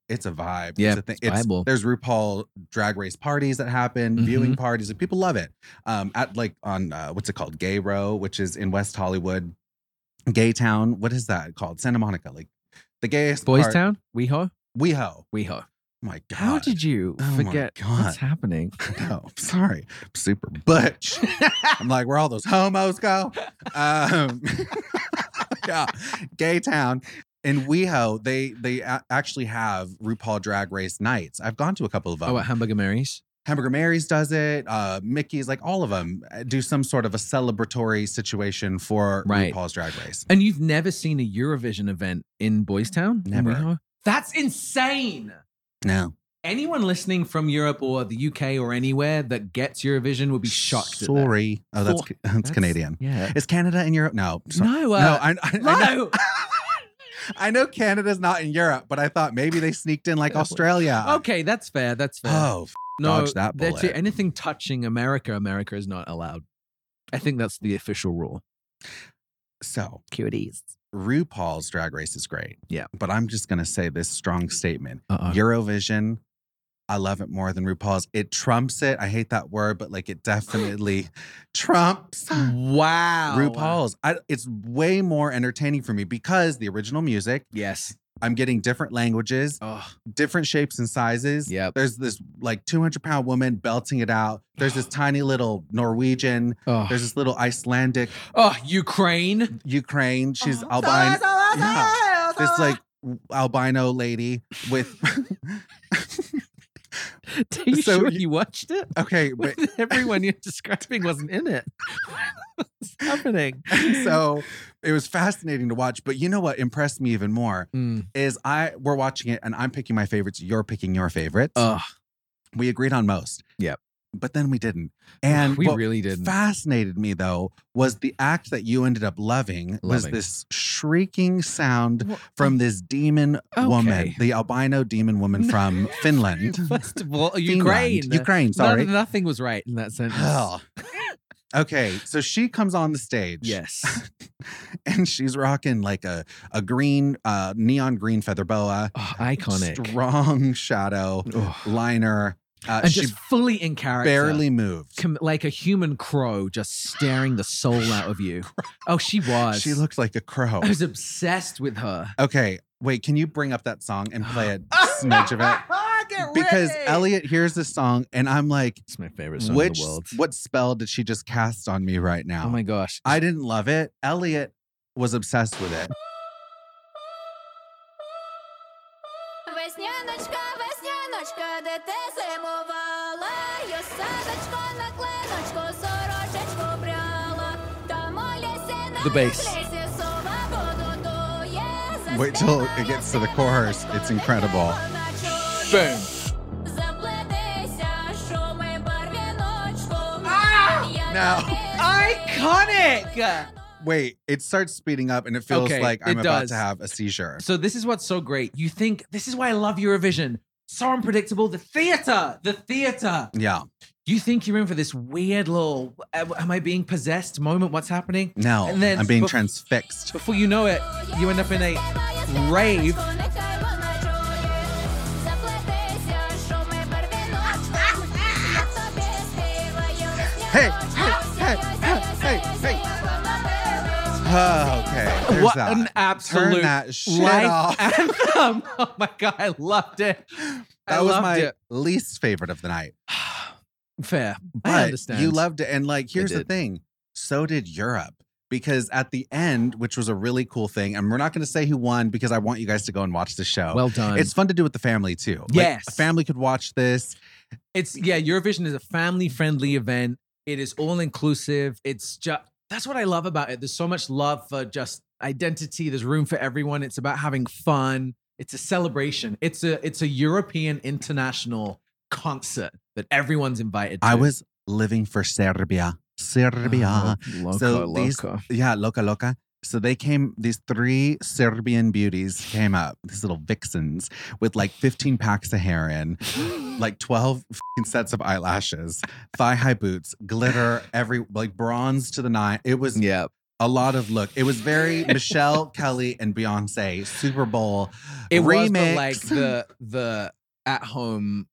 Speaker 3: it's a vibe.
Speaker 4: Yeah,
Speaker 3: it's a thing.
Speaker 4: it's Bible.
Speaker 3: there's RuPaul Drag Race parties that happen,
Speaker 4: Mhm.
Speaker 3: viewing parties, and people love it. Um, at like on uh, what's it called, Gay Row, which is in West Hollywood, Gay Town. What is that called? Santa Monica, like The gayest
Speaker 4: Boys
Speaker 3: part,
Speaker 4: Town? WeHo?
Speaker 3: WeHo.
Speaker 4: WeHo.
Speaker 3: My God.
Speaker 4: How did you
Speaker 3: Oh my
Speaker 4: forget
Speaker 3: God.
Speaker 4: what's happening?
Speaker 3: No, I'm sorry. I'm super butch. I'm like, where all those homos go. Um, [laughs] yeah, gay town. In WeHo, they they a- actually have RuPaul Drag Race nights. I've gone to a couple of them.
Speaker 4: Oh, at Hamburger Mary's.
Speaker 3: Hamburger Mary's does it. Uh, Mickey's, like all of them, do some sort of a celebratory situation for
Speaker 4: Right.
Speaker 3: RuPaul's Drag Race.
Speaker 4: And you've never seen a Eurovision event in Boys Town? In
Speaker 3: Never.
Speaker 4: WeHo? That's insane.
Speaker 3: No,
Speaker 4: Anyone listening from Europe or the UK or anywhere that gets Eurovision would be shocked. at that.
Speaker 3: Sorry. Oh, that's,
Speaker 4: Thor-
Speaker 3: ca- [laughs] that's
Speaker 4: That's-
Speaker 3: Canadian.
Speaker 4: Yeah.
Speaker 3: Is Canada in Europe? No. [laughs] sorry.
Speaker 4: No,
Speaker 3: no,
Speaker 4: uh,
Speaker 3: I, I,
Speaker 4: no.
Speaker 3: I know, [laughs] I know Canada's not in Europe, but I thought maybe they sneaked in like
Speaker 4: Yeah, well,
Speaker 3: Australia.
Speaker 4: [laughs] okay, that's fair. That's fair.
Speaker 3: Oh, f- dodge that
Speaker 4: they're
Speaker 3: bullet.
Speaker 4: anything touching America, America is not allowed. I think that's the official rule.
Speaker 3: so
Speaker 4: Cuties.
Speaker 3: RuPaul's Drag Race is great.
Speaker 4: Yeah.
Speaker 3: But I'm just going to say this strong statement
Speaker 4: Uh-uh.
Speaker 3: Eurovision, I love it more than RuPaul's. It trumps it. I hate that word, but like [gasps] it definitely trumps.
Speaker 4: Wow.
Speaker 3: RuPaul's. I, it's way more entertaining for me because the original music,
Speaker 4: Yes.
Speaker 3: I'm getting different languages.
Speaker 4: Oh,
Speaker 3: different shapes and sizes.
Speaker 4: Yep.
Speaker 3: There's this like 200 pound woman belting it out. There's
Speaker 4: [gasps]
Speaker 3: this tiny little Norwegian.
Speaker 4: oh.
Speaker 3: There's this little Icelandic
Speaker 4: oh Ukraine.
Speaker 3: Ukraine.
Speaker 5: [laughs]
Speaker 4: Oh,
Speaker 3: She's albino. Yeah. This like albino lady
Speaker 4: [laughs]
Speaker 3: with. [laughs]
Speaker 4: Are you
Speaker 3: So
Speaker 4: sure
Speaker 3: you-
Speaker 4: you watched it?
Speaker 3: okay,
Speaker 4: [laughs]
Speaker 3: but
Speaker 4: Everyone you're describing wasn't
Speaker 3: [laughs]
Speaker 4: in it. What's happening?
Speaker 3: so it was fascinating to watch. But you know what impressed me even more
Speaker 4: Mm.
Speaker 3: is I we're watching it and I'm picking my favorites. You're picking your favorites.
Speaker 4: Oh,
Speaker 3: we agreed on most.
Speaker 4: Yep.
Speaker 3: But then we didn't. And
Speaker 4: we
Speaker 3: what-
Speaker 4: really didn't.
Speaker 3: fascinated me though was the act that you ended up loving, was
Speaker 4: Loving.
Speaker 3: this shrieking sound
Speaker 4: Well,
Speaker 3: from this demon woman,
Speaker 4: Okay.
Speaker 3: the albino demon
Speaker 4: [laughs]
Speaker 3: woman from Finland.
Speaker 4: First of all,
Speaker 3: Finland.
Speaker 4: Ukraine.
Speaker 3: Ukraine, sorry.
Speaker 4: None- nothing was right in that sentence.
Speaker 3: Hell. okay, so she comes on the stage.
Speaker 4: Yes.
Speaker 3: [laughs] And she's rocking like a, a green, uh, neon green feather boa,
Speaker 4: Oh, [laughs] iconic.
Speaker 3: strong shadow,
Speaker 4: Oh.
Speaker 3: liner. Uh,
Speaker 4: and
Speaker 3: she
Speaker 4: just fully in character.
Speaker 3: barely moved.
Speaker 4: Com- like a human crow just staring the soul out
Speaker 3: [laughs]
Speaker 4: of you. Oh, she was.
Speaker 3: She looked like a crow.
Speaker 4: I was obsessed with her.
Speaker 3: Okay, wait, can you bring up that song and
Speaker 4: [gasps]
Speaker 3: play a smidge of
Speaker 5: Ah,
Speaker 3: it? Because Elliot hears this song and I'm like,
Speaker 4: It's my favorite song
Speaker 3: which
Speaker 4: in the world.
Speaker 3: what spell did she just cast on me right now?
Speaker 4: Oh my gosh.
Speaker 3: I didn't love it. Elliot was obsessed with it.
Speaker 5: Весняночка, весняночка, де ти зимувала, Йосадочко на клиночку, сорочечку пряла, та моляся на
Speaker 4: The bass.
Speaker 5: лісі, сова пододує,
Speaker 3: Wait till it gets to the chorus. It's incredible.
Speaker 4: Boom.
Speaker 5: Заплетися, шуми барвіночком. Я
Speaker 3: No.
Speaker 4: Iconic.
Speaker 3: Wait, it starts speeding up and it feels
Speaker 4: Okay,
Speaker 3: like
Speaker 4: it
Speaker 3: I'm about
Speaker 4: does.
Speaker 3: to have a seizure.
Speaker 4: So this is what's so great. You think this is why I love Eurovision. So unpredictable. The theater. The theater.
Speaker 3: Yeah.
Speaker 4: You think you're in for this weird little am I being possessed moment? What's happening?
Speaker 3: No.
Speaker 4: And then
Speaker 3: I'm being
Speaker 4: bef-
Speaker 3: transfixed.
Speaker 4: Before you know it, you end up in a rave.
Speaker 5: Hey, hey,
Speaker 3: hey, hey, hey, hey. Oh, okay. There's
Speaker 4: what
Speaker 3: that.
Speaker 4: an absolute
Speaker 3: Turn that shit
Speaker 4: life
Speaker 3: off.
Speaker 4: [laughs] anthem. Oh my god, I loved it. I
Speaker 3: That was
Speaker 4: loved
Speaker 3: my
Speaker 4: it. [sighs]
Speaker 3: least favorite of the night.
Speaker 4: Fair.
Speaker 3: But
Speaker 4: I understand.
Speaker 3: you loved it. And like, here's the
Speaker 4: did.
Speaker 3: thing so did Europe. Because at the end, which was a really cool thing, and we're not going to say who won because I want you guys to go and watch the show.
Speaker 4: Well done.
Speaker 3: it's fun to do with the family too. Like,
Speaker 4: Yes.
Speaker 3: a family could watch this.
Speaker 4: It's yeah, Eurovision is a family-friendly event. It is all-inclusive. It's just that's what I love about it. There's so much love for just identity. There's room for everyone. It's about having fun. It's a celebration. It's a it's a European international concert that everyone's invited to.
Speaker 3: I was living for Serbia, Serbia.
Speaker 4: loco,
Speaker 3: uh-huh. So these-
Speaker 4: loco.
Speaker 3: Yeah, loca loca. So they came. These three Serbian beauties came up. These little vixens with like 15 packs of hair
Speaker 4: [gasps]
Speaker 3: in, like 12 fing sets of eyelashes, thigh high boots, glitter, every like bronze to the nine. It was
Speaker 4: Yeah.
Speaker 3: a lot of look. It was
Speaker 4: [laughs]
Speaker 3: very Michelle Kelly and Beyonce Super Bowl
Speaker 4: It
Speaker 3: [laughs] remix.
Speaker 4: was the, like the the at home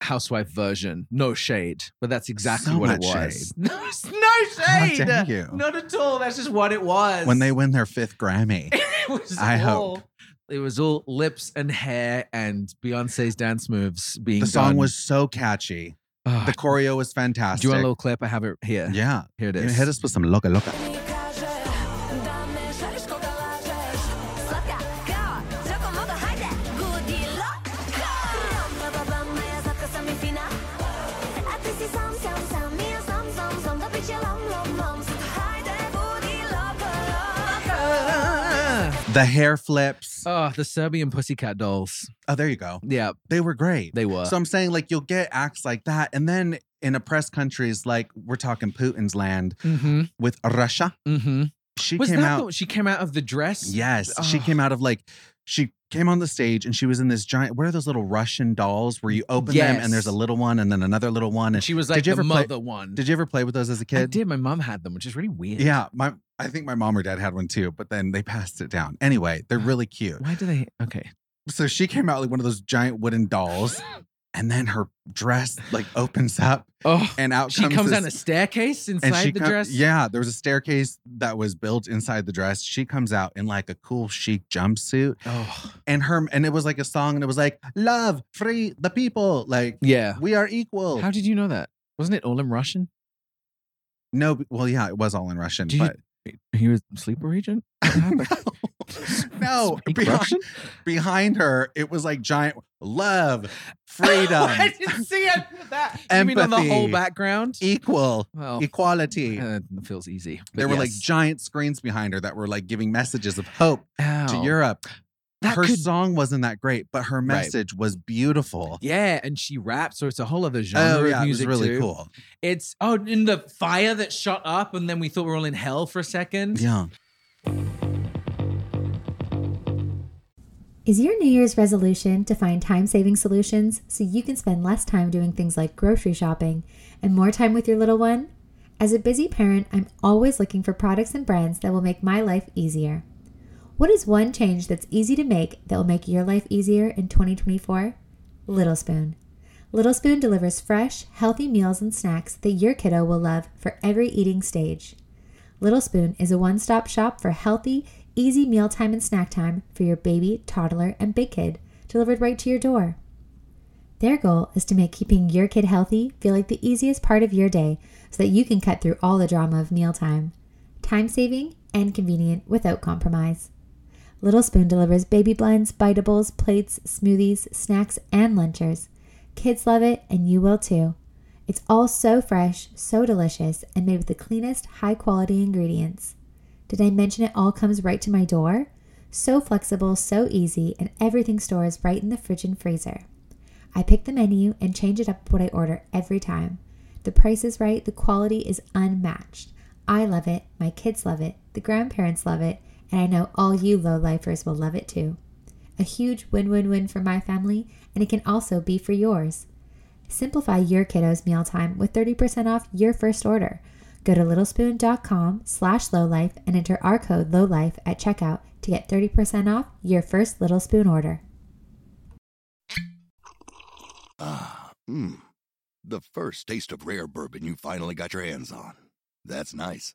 Speaker 4: housewife version. No shade, but that's exactly
Speaker 3: So
Speaker 4: what it
Speaker 3: much
Speaker 4: was.
Speaker 3: shade.
Speaker 4: [laughs] No, s- no
Speaker 3: How
Speaker 4: shade.
Speaker 3: dare Oh, you.
Speaker 4: Not at all. That's just what it was.
Speaker 3: When they win their fifth Grammy.
Speaker 4: [laughs] it was
Speaker 3: I
Speaker 4: all, It was all lips and hair and Beyonce's dance moves being
Speaker 3: The song
Speaker 4: done.
Speaker 3: was so catchy.
Speaker 4: Ah,
Speaker 3: The choreo was fantastic.
Speaker 4: do you want a little clip? I have it here.
Speaker 3: Yeah.
Speaker 4: Here it
Speaker 3: You
Speaker 4: is.
Speaker 3: hit us with some loca loca.
Speaker 5: Ты кажешь, да мне жаль, сколько лажешь. Сладко, клёво, всяко много хайде. Гуди лока. Рам-па-па-пам, моя задка самый фина. А ты си сам, сам, сам, я сам, сам, сам, да причалам, лом, лом. Сука, хайде, гуди лока, лока.
Speaker 3: The hair flips.
Speaker 4: Oh, the Serbian pussycat dolls.
Speaker 3: Oh, there you go.
Speaker 4: Yeah,
Speaker 3: They were great.
Speaker 4: they were.
Speaker 3: So I'm saying, like, you'll get acts like that. And then in oppressed countries, like we're talking Putin's land
Speaker 4: mm-hmm.
Speaker 3: with Russia,
Speaker 4: Mm-hmm.
Speaker 3: she
Speaker 4: Was
Speaker 3: came
Speaker 4: that
Speaker 3: out.
Speaker 4: the- she came out of the dress?
Speaker 3: Yes. She
Speaker 4: Ugh.
Speaker 3: came out of like, she came on the stage and she was in this giant, what are those little Russian dolls where you open them
Speaker 4: Yes.
Speaker 3: and there's a little one and then another little one?
Speaker 4: And
Speaker 3: And
Speaker 4: she was
Speaker 3: Did
Speaker 4: like
Speaker 3: you
Speaker 4: the
Speaker 3: ever play-
Speaker 4: mother one.
Speaker 3: did you ever play with those as a
Speaker 4: I
Speaker 3: kid?
Speaker 4: did. My mom had them, which is really weird.
Speaker 3: Yeah. My, I think my mom or dad had one too, but then they passed it down. Anyway, they're really cute.
Speaker 4: Why do they? Okay.
Speaker 3: so she came out like one of those giant wooden dolls and then her dress like opens up
Speaker 4: Oh,
Speaker 3: and out
Speaker 4: she
Speaker 3: this-
Speaker 4: comes down a staircase
Speaker 3: and
Speaker 4: inside the
Speaker 3: come-
Speaker 4: dress.
Speaker 3: yeah there was a staircase that was built inside the dress she comes out in like a cool chic jumpsuit
Speaker 4: Oh.
Speaker 3: and her and it was like a song and it was like love free the people like
Speaker 4: Yeah.
Speaker 3: we are equal
Speaker 4: How did you know that? Wasn't it all in Russian?
Speaker 3: no b- well yeah it was all in russian
Speaker 4: Did you-
Speaker 3: but
Speaker 4: He was sleeper regent. [laughs] What happened?
Speaker 3: [laughs] no
Speaker 4: Speak
Speaker 3: behind, [laughs]
Speaker 4: Russian?
Speaker 3: behind her it was like giant
Speaker 4: [laughs]
Speaker 3: love freedom
Speaker 4: I didn't see it. That. You mean on the whole
Speaker 3: Empathy.
Speaker 4: background?
Speaker 3: equal
Speaker 4: Well,
Speaker 3: equality
Speaker 4: uh, feels easy. but
Speaker 3: there were like
Speaker 4: yes.
Speaker 3: giant screens behind her that were like giving messages of hope
Speaker 4: Ow.
Speaker 3: to Europe.
Speaker 4: Oh. That
Speaker 3: her
Speaker 4: could-
Speaker 3: song wasn't that great, but her
Speaker 4: Right.
Speaker 3: message was beautiful.
Speaker 4: Yeah, and she raps, so it's a whole other genre
Speaker 3: oh yeah,
Speaker 4: of
Speaker 3: it was
Speaker 4: music
Speaker 3: really
Speaker 4: too.
Speaker 3: cool.
Speaker 4: It's oh, in the fire that shot up, and then we thought we were all in hell for a second.
Speaker 3: Yeah.
Speaker 6: Is your New Year's resolution to find time saving solutions so you can spend less time doing things like grocery shopping and more time with your little one? As a busy parent, I'm always looking for products and brands that will make my life easier. What is one change that's easy to make that will make your life easier in 2024? Little Spoon. Little Spoon delivers fresh, healthy meals and snacks that your kiddo will love for every eating stage. Little Spoon is a one stop shop for healthy, easy mealtime and snack time for your baby, toddler, and big kid, delivered right to your door. Their goal is to make keeping your kid healthy feel like the easiest part of your day so that you can cut through all the drama of mealtime. Time saving and convenient without compromise. Little Spoon delivers baby blends, biteables, plates, smoothies, snacks, and lunchers. Kids love it, and you will too. It's all so fresh, so delicious, and made with the cleanest, high quality ingredients. Did I mention it all comes right to my door? So flexible, so easy, and everything stores right in the fridge and freezer. I pick the menu and change it up what I order every time. The price is right, the quality is unmatched. I love it, my kids love it, the grandparents love it, and I know all you low lifers will love it too. A huge win win win for my family, and it can also be for yours. Simplify your kiddo's mealtime with 30% off your first order. Go to littlespoon.com slash lowlife and enter our code lowlife at checkout to get 30% off your first Little Spoon order.
Speaker 7: Ah, mmm. The first taste of rare bourbon you finally got your hands on. That's nice.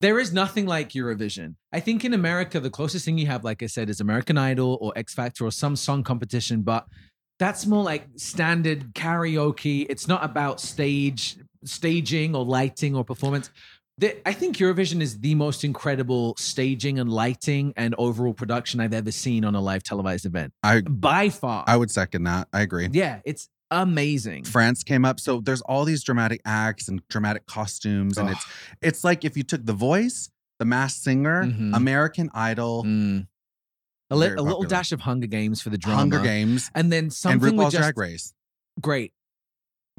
Speaker 4: there is nothing like Eurovision. I think in America, the closest thing you have, like I said, is American Idol or X Factor or some song competition, but that's more like standard karaoke. It's not about stage staging or lighting or performance. The- I think Eurovision is the most incredible staging and lighting and overall production I've ever seen on a live televised event
Speaker 3: I
Speaker 4: by far.
Speaker 3: I would second that. I agree.
Speaker 4: yeah, it's amazing.
Speaker 3: France came up. So there's all these dramatic acts and dramatic costumes. And
Speaker 4: Ugh.
Speaker 3: it's it's like if you took the voice, the masked singer,
Speaker 4: Mhm.
Speaker 3: American Idol,
Speaker 4: Mm. A, li-
Speaker 3: Very
Speaker 4: a little
Speaker 3: popular.
Speaker 4: dash of Hunger Games for the drama.
Speaker 3: Hunger Games,
Speaker 4: And then
Speaker 3: and
Speaker 4: something with
Speaker 3: RuPaul's
Speaker 4: just
Speaker 3: Drag Race.
Speaker 4: great.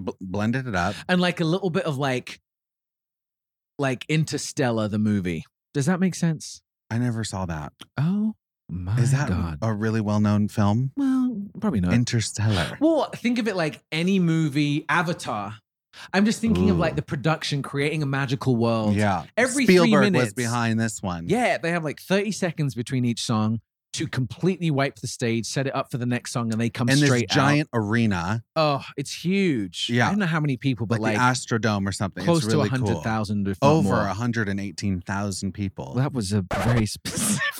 Speaker 3: B- blended it up.
Speaker 4: and like a little bit of like like interstellar the movie does that make sense
Speaker 3: I never saw that.
Speaker 4: oh my
Speaker 3: Is that
Speaker 4: god
Speaker 3: a really well known film?
Speaker 4: well probably not
Speaker 3: Interstellar.
Speaker 4: well think of it like any movie avatar i'm just thinking of like
Speaker 7: Ooh.
Speaker 4: the production creating a magical world
Speaker 3: yeah.
Speaker 4: every three
Speaker 3: Spielberg was
Speaker 4: minutes-
Speaker 3: behind this one.
Speaker 4: yeah they have like 30 seconds between each song to completely wipe the stage set it up for the next song and they come
Speaker 3: In this
Speaker 4: straight out.
Speaker 3: giant arena,
Speaker 4: oh it's huge
Speaker 3: Yeah.
Speaker 4: i don't know how many people but
Speaker 3: like,
Speaker 4: like,
Speaker 3: the Astrodome or something.
Speaker 4: close
Speaker 3: it's really
Speaker 4: to
Speaker 3: cool.
Speaker 4: 100000 if not
Speaker 3: Over
Speaker 4: more.
Speaker 3: 118,000 people.
Speaker 4: That was a very specific [laughs]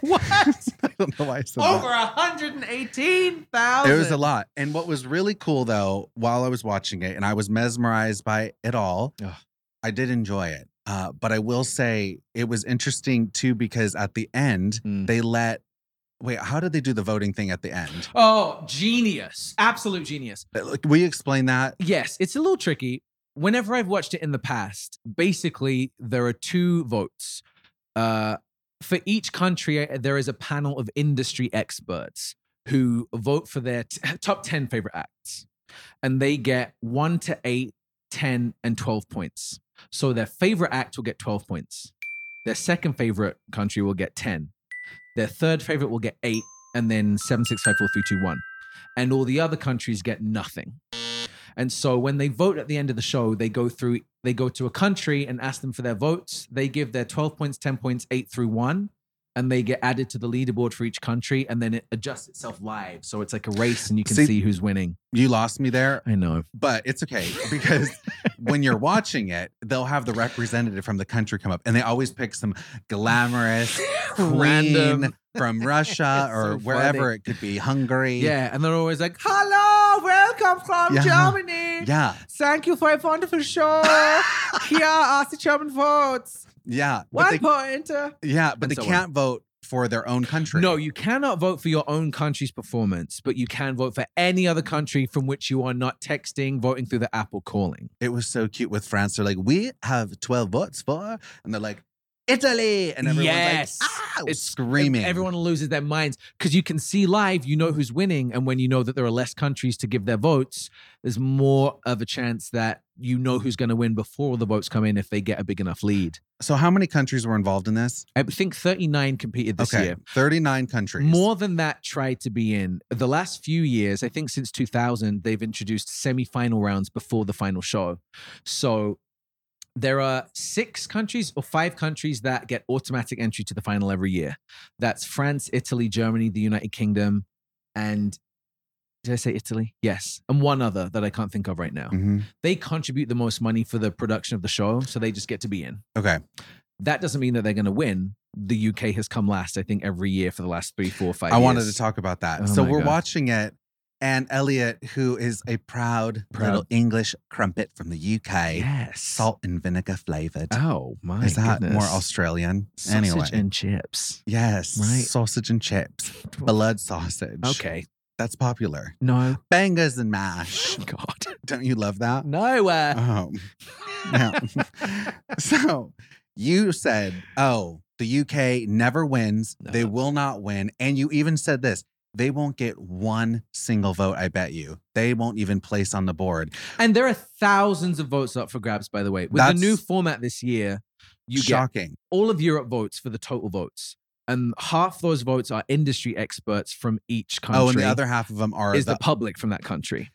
Speaker 4: what?
Speaker 3: [laughs] I don't know why I said that.
Speaker 4: Over 118,000.
Speaker 3: It was a lot. And what was really cool though, while I was watching it and I was mesmerized by it all,
Speaker 4: Ugh.
Speaker 3: I did enjoy it. Uh, but I will say it was interesting too because at the end,
Speaker 4: Mm.
Speaker 3: they let wait, how did they do the voting thing at the end?
Speaker 4: Oh, genius. Absolute genius.
Speaker 3: Like, We explained that.
Speaker 4: Yes, it's a little tricky. Whenever I've watched it in the past, basically there are two votes. Uh, for each country, uh, there is a panel of industry experts who vote for their t- [laughs] top 10 favorite acts. And they get one to eight, 10, and 12 points. So their favorite act will get 12 points. Their second favorite country will get 10. Their third favorite will get eight, and then seven, six, five, four, three, two, one. And all the other countries get nothing. And so when they vote at the end of the show, they go through, they go to a country and ask them for their votes. They give their 12 points, 10 points, eight through one, and they get added to the leaderboard for each country. And then it adjusts itself live. So it's like a race and you can
Speaker 3: See-
Speaker 4: see, who's winning.
Speaker 3: You lost me there,
Speaker 4: I know.
Speaker 3: but it's okay because when you're watching it, they'll have the representative from the country come up and they always pick some
Speaker 4: [laughs]
Speaker 3: glamorous queen
Speaker 4: Random.
Speaker 3: from Russia
Speaker 4: [laughs] It's
Speaker 3: or
Speaker 4: so
Speaker 3: wherever
Speaker 4: funny.
Speaker 3: it could be, Hungary.
Speaker 4: Yeah. And they're always like, hello, welcome from
Speaker 3: Yeah.
Speaker 4: Germany.
Speaker 3: Yeah.
Speaker 4: Thank you for a wonderful
Speaker 3: [laughs]
Speaker 4: show. Here are the German votes.
Speaker 3: Yeah. but
Speaker 4: One
Speaker 3: they-
Speaker 4: point.
Speaker 3: Yeah, but
Speaker 4: and
Speaker 3: they
Speaker 4: so on.
Speaker 3: can't vote for their own country.
Speaker 4: No, you cannot vote for your own country's performance, but you can vote for any other country from which you are not texting, voting through the app, or calling.
Speaker 3: it was so cute with France. They're like, we have twelve votes for, and they're like, Italy, and everyone's
Speaker 4: Yes.
Speaker 3: like, ah,
Speaker 4: It's-
Speaker 3: screaming.
Speaker 4: Everyone loses their minds because you can see live, you know who's winning. And when you know that there are less countries to give their votes, there's more of a chance that you know who's going to win before the votes come in if they get a big enough lead.
Speaker 3: So, how many countries were involved in this?
Speaker 4: I think 39 competed this
Speaker 3: okay,
Speaker 4: year.
Speaker 3: thirty-nine countries.
Speaker 4: More than that tried to be in. The last few years, I think since 2000, they've introduced semi-final rounds before the final show. So there are six countries or five countries that get automatic entry to the final every year. That's France, Italy, Germany, the United Kingdom, and did I say Italy? Yes. And one other that I can't think of right now.
Speaker 3: Mhm.
Speaker 4: They contribute the most money for the production of the show, so they just get to be in
Speaker 3: Okay,
Speaker 4: that doesn't mean that they're going to win. The UK has come last, I think, every year for the last three, four, five.
Speaker 3: I wanted
Speaker 4: years.
Speaker 3: to talk about that.
Speaker 4: Oh
Speaker 3: so
Speaker 4: my
Speaker 3: we're
Speaker 4: God.
Speaker 3: watching it, and Elliot, who is a proud,
Speaker 4: Proud.
Speaker 3: little English crumpet from the UK,
Speaker 4: Yes.
Speaker 3: salt and vinegar flavored.
Speaker 4: Oh my!
Speaker 3: is that
Speaker 4: goodness.
Speaker 3: more Australian?
Speaker 4: Sausage
Speaker 3: anyway,
Speaker 4: and chips.
Speaker 3: yes,
Speaker 4: Right.
Speaker 3: sausage and chips, blood sausage.
Speaker 4: Okay.
Speaker 3: That's popular.
Speaker 4: No.
Speaker 3: Bangers and mash.
Speaker 4: [laughs] God.
Speaker 3: Don't you love that?
Speaker 4: No. Uh,
Speaker 3: Oh. Yeah. [laughs] so you said, oh, the UK never wins. They
Speaker 4: No.
Speaker 3: will not win. And you even said this they won't get one single vote, I bet you. They won't even place on the board.
Speaker 4: and there are thousands of votes up for grabs, by the way. With
Speaker 3: That's-
Speaker 4: the new format this year, you get
Speaker 3: Shocking.
Speaker 4: all of Europe votes for the total votes, and half those votes are industry experts from each country.
Speaker 3: Oh, and the other half of them are
Speaker 4: is
Speaker 3: the,
Speaker 4: the public from that country.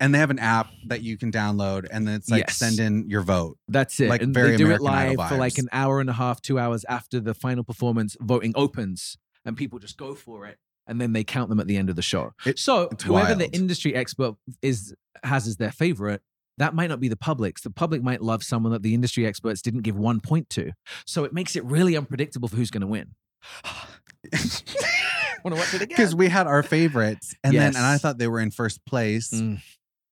Speaker 3: and they have an app that you can download and then it's like
Speaker 4: Yes.
Speaker 3: send in your vote.
Speaker 4: That's it.
Speaker 3: Like
Speaker 4: and
Speaker 3: very
Speaker 4: they do
Speaker 3: American
Speaker 4: it live
Speaker 3: Idol
Speaker 4: for like
Speaker 3: vibes.
Speaker 4: an hour and a half, two hours after the final performance. Voting opens, and people just go for it, and then they count them at the end of the show.
Speaker 3: It-
Speaker 4: so
Speaker 3: it's
Speaker 4: whoever
Speaker 3: wild.
Speaker 4: the industry expert is has as their favorite. That might not be the public's. The public might love someone that the industry experts didn't give one point to. So it makes it really unpredictable for who's going to win. [sighs] Want to
Speaker 3: [laughs]
Speaker 4: watch it again?
Speaker 3: Because we had our favorites and then and I
Speaker 4: Yes.
Speaker 3: thought they were in first place.
Speaker 4: Mm.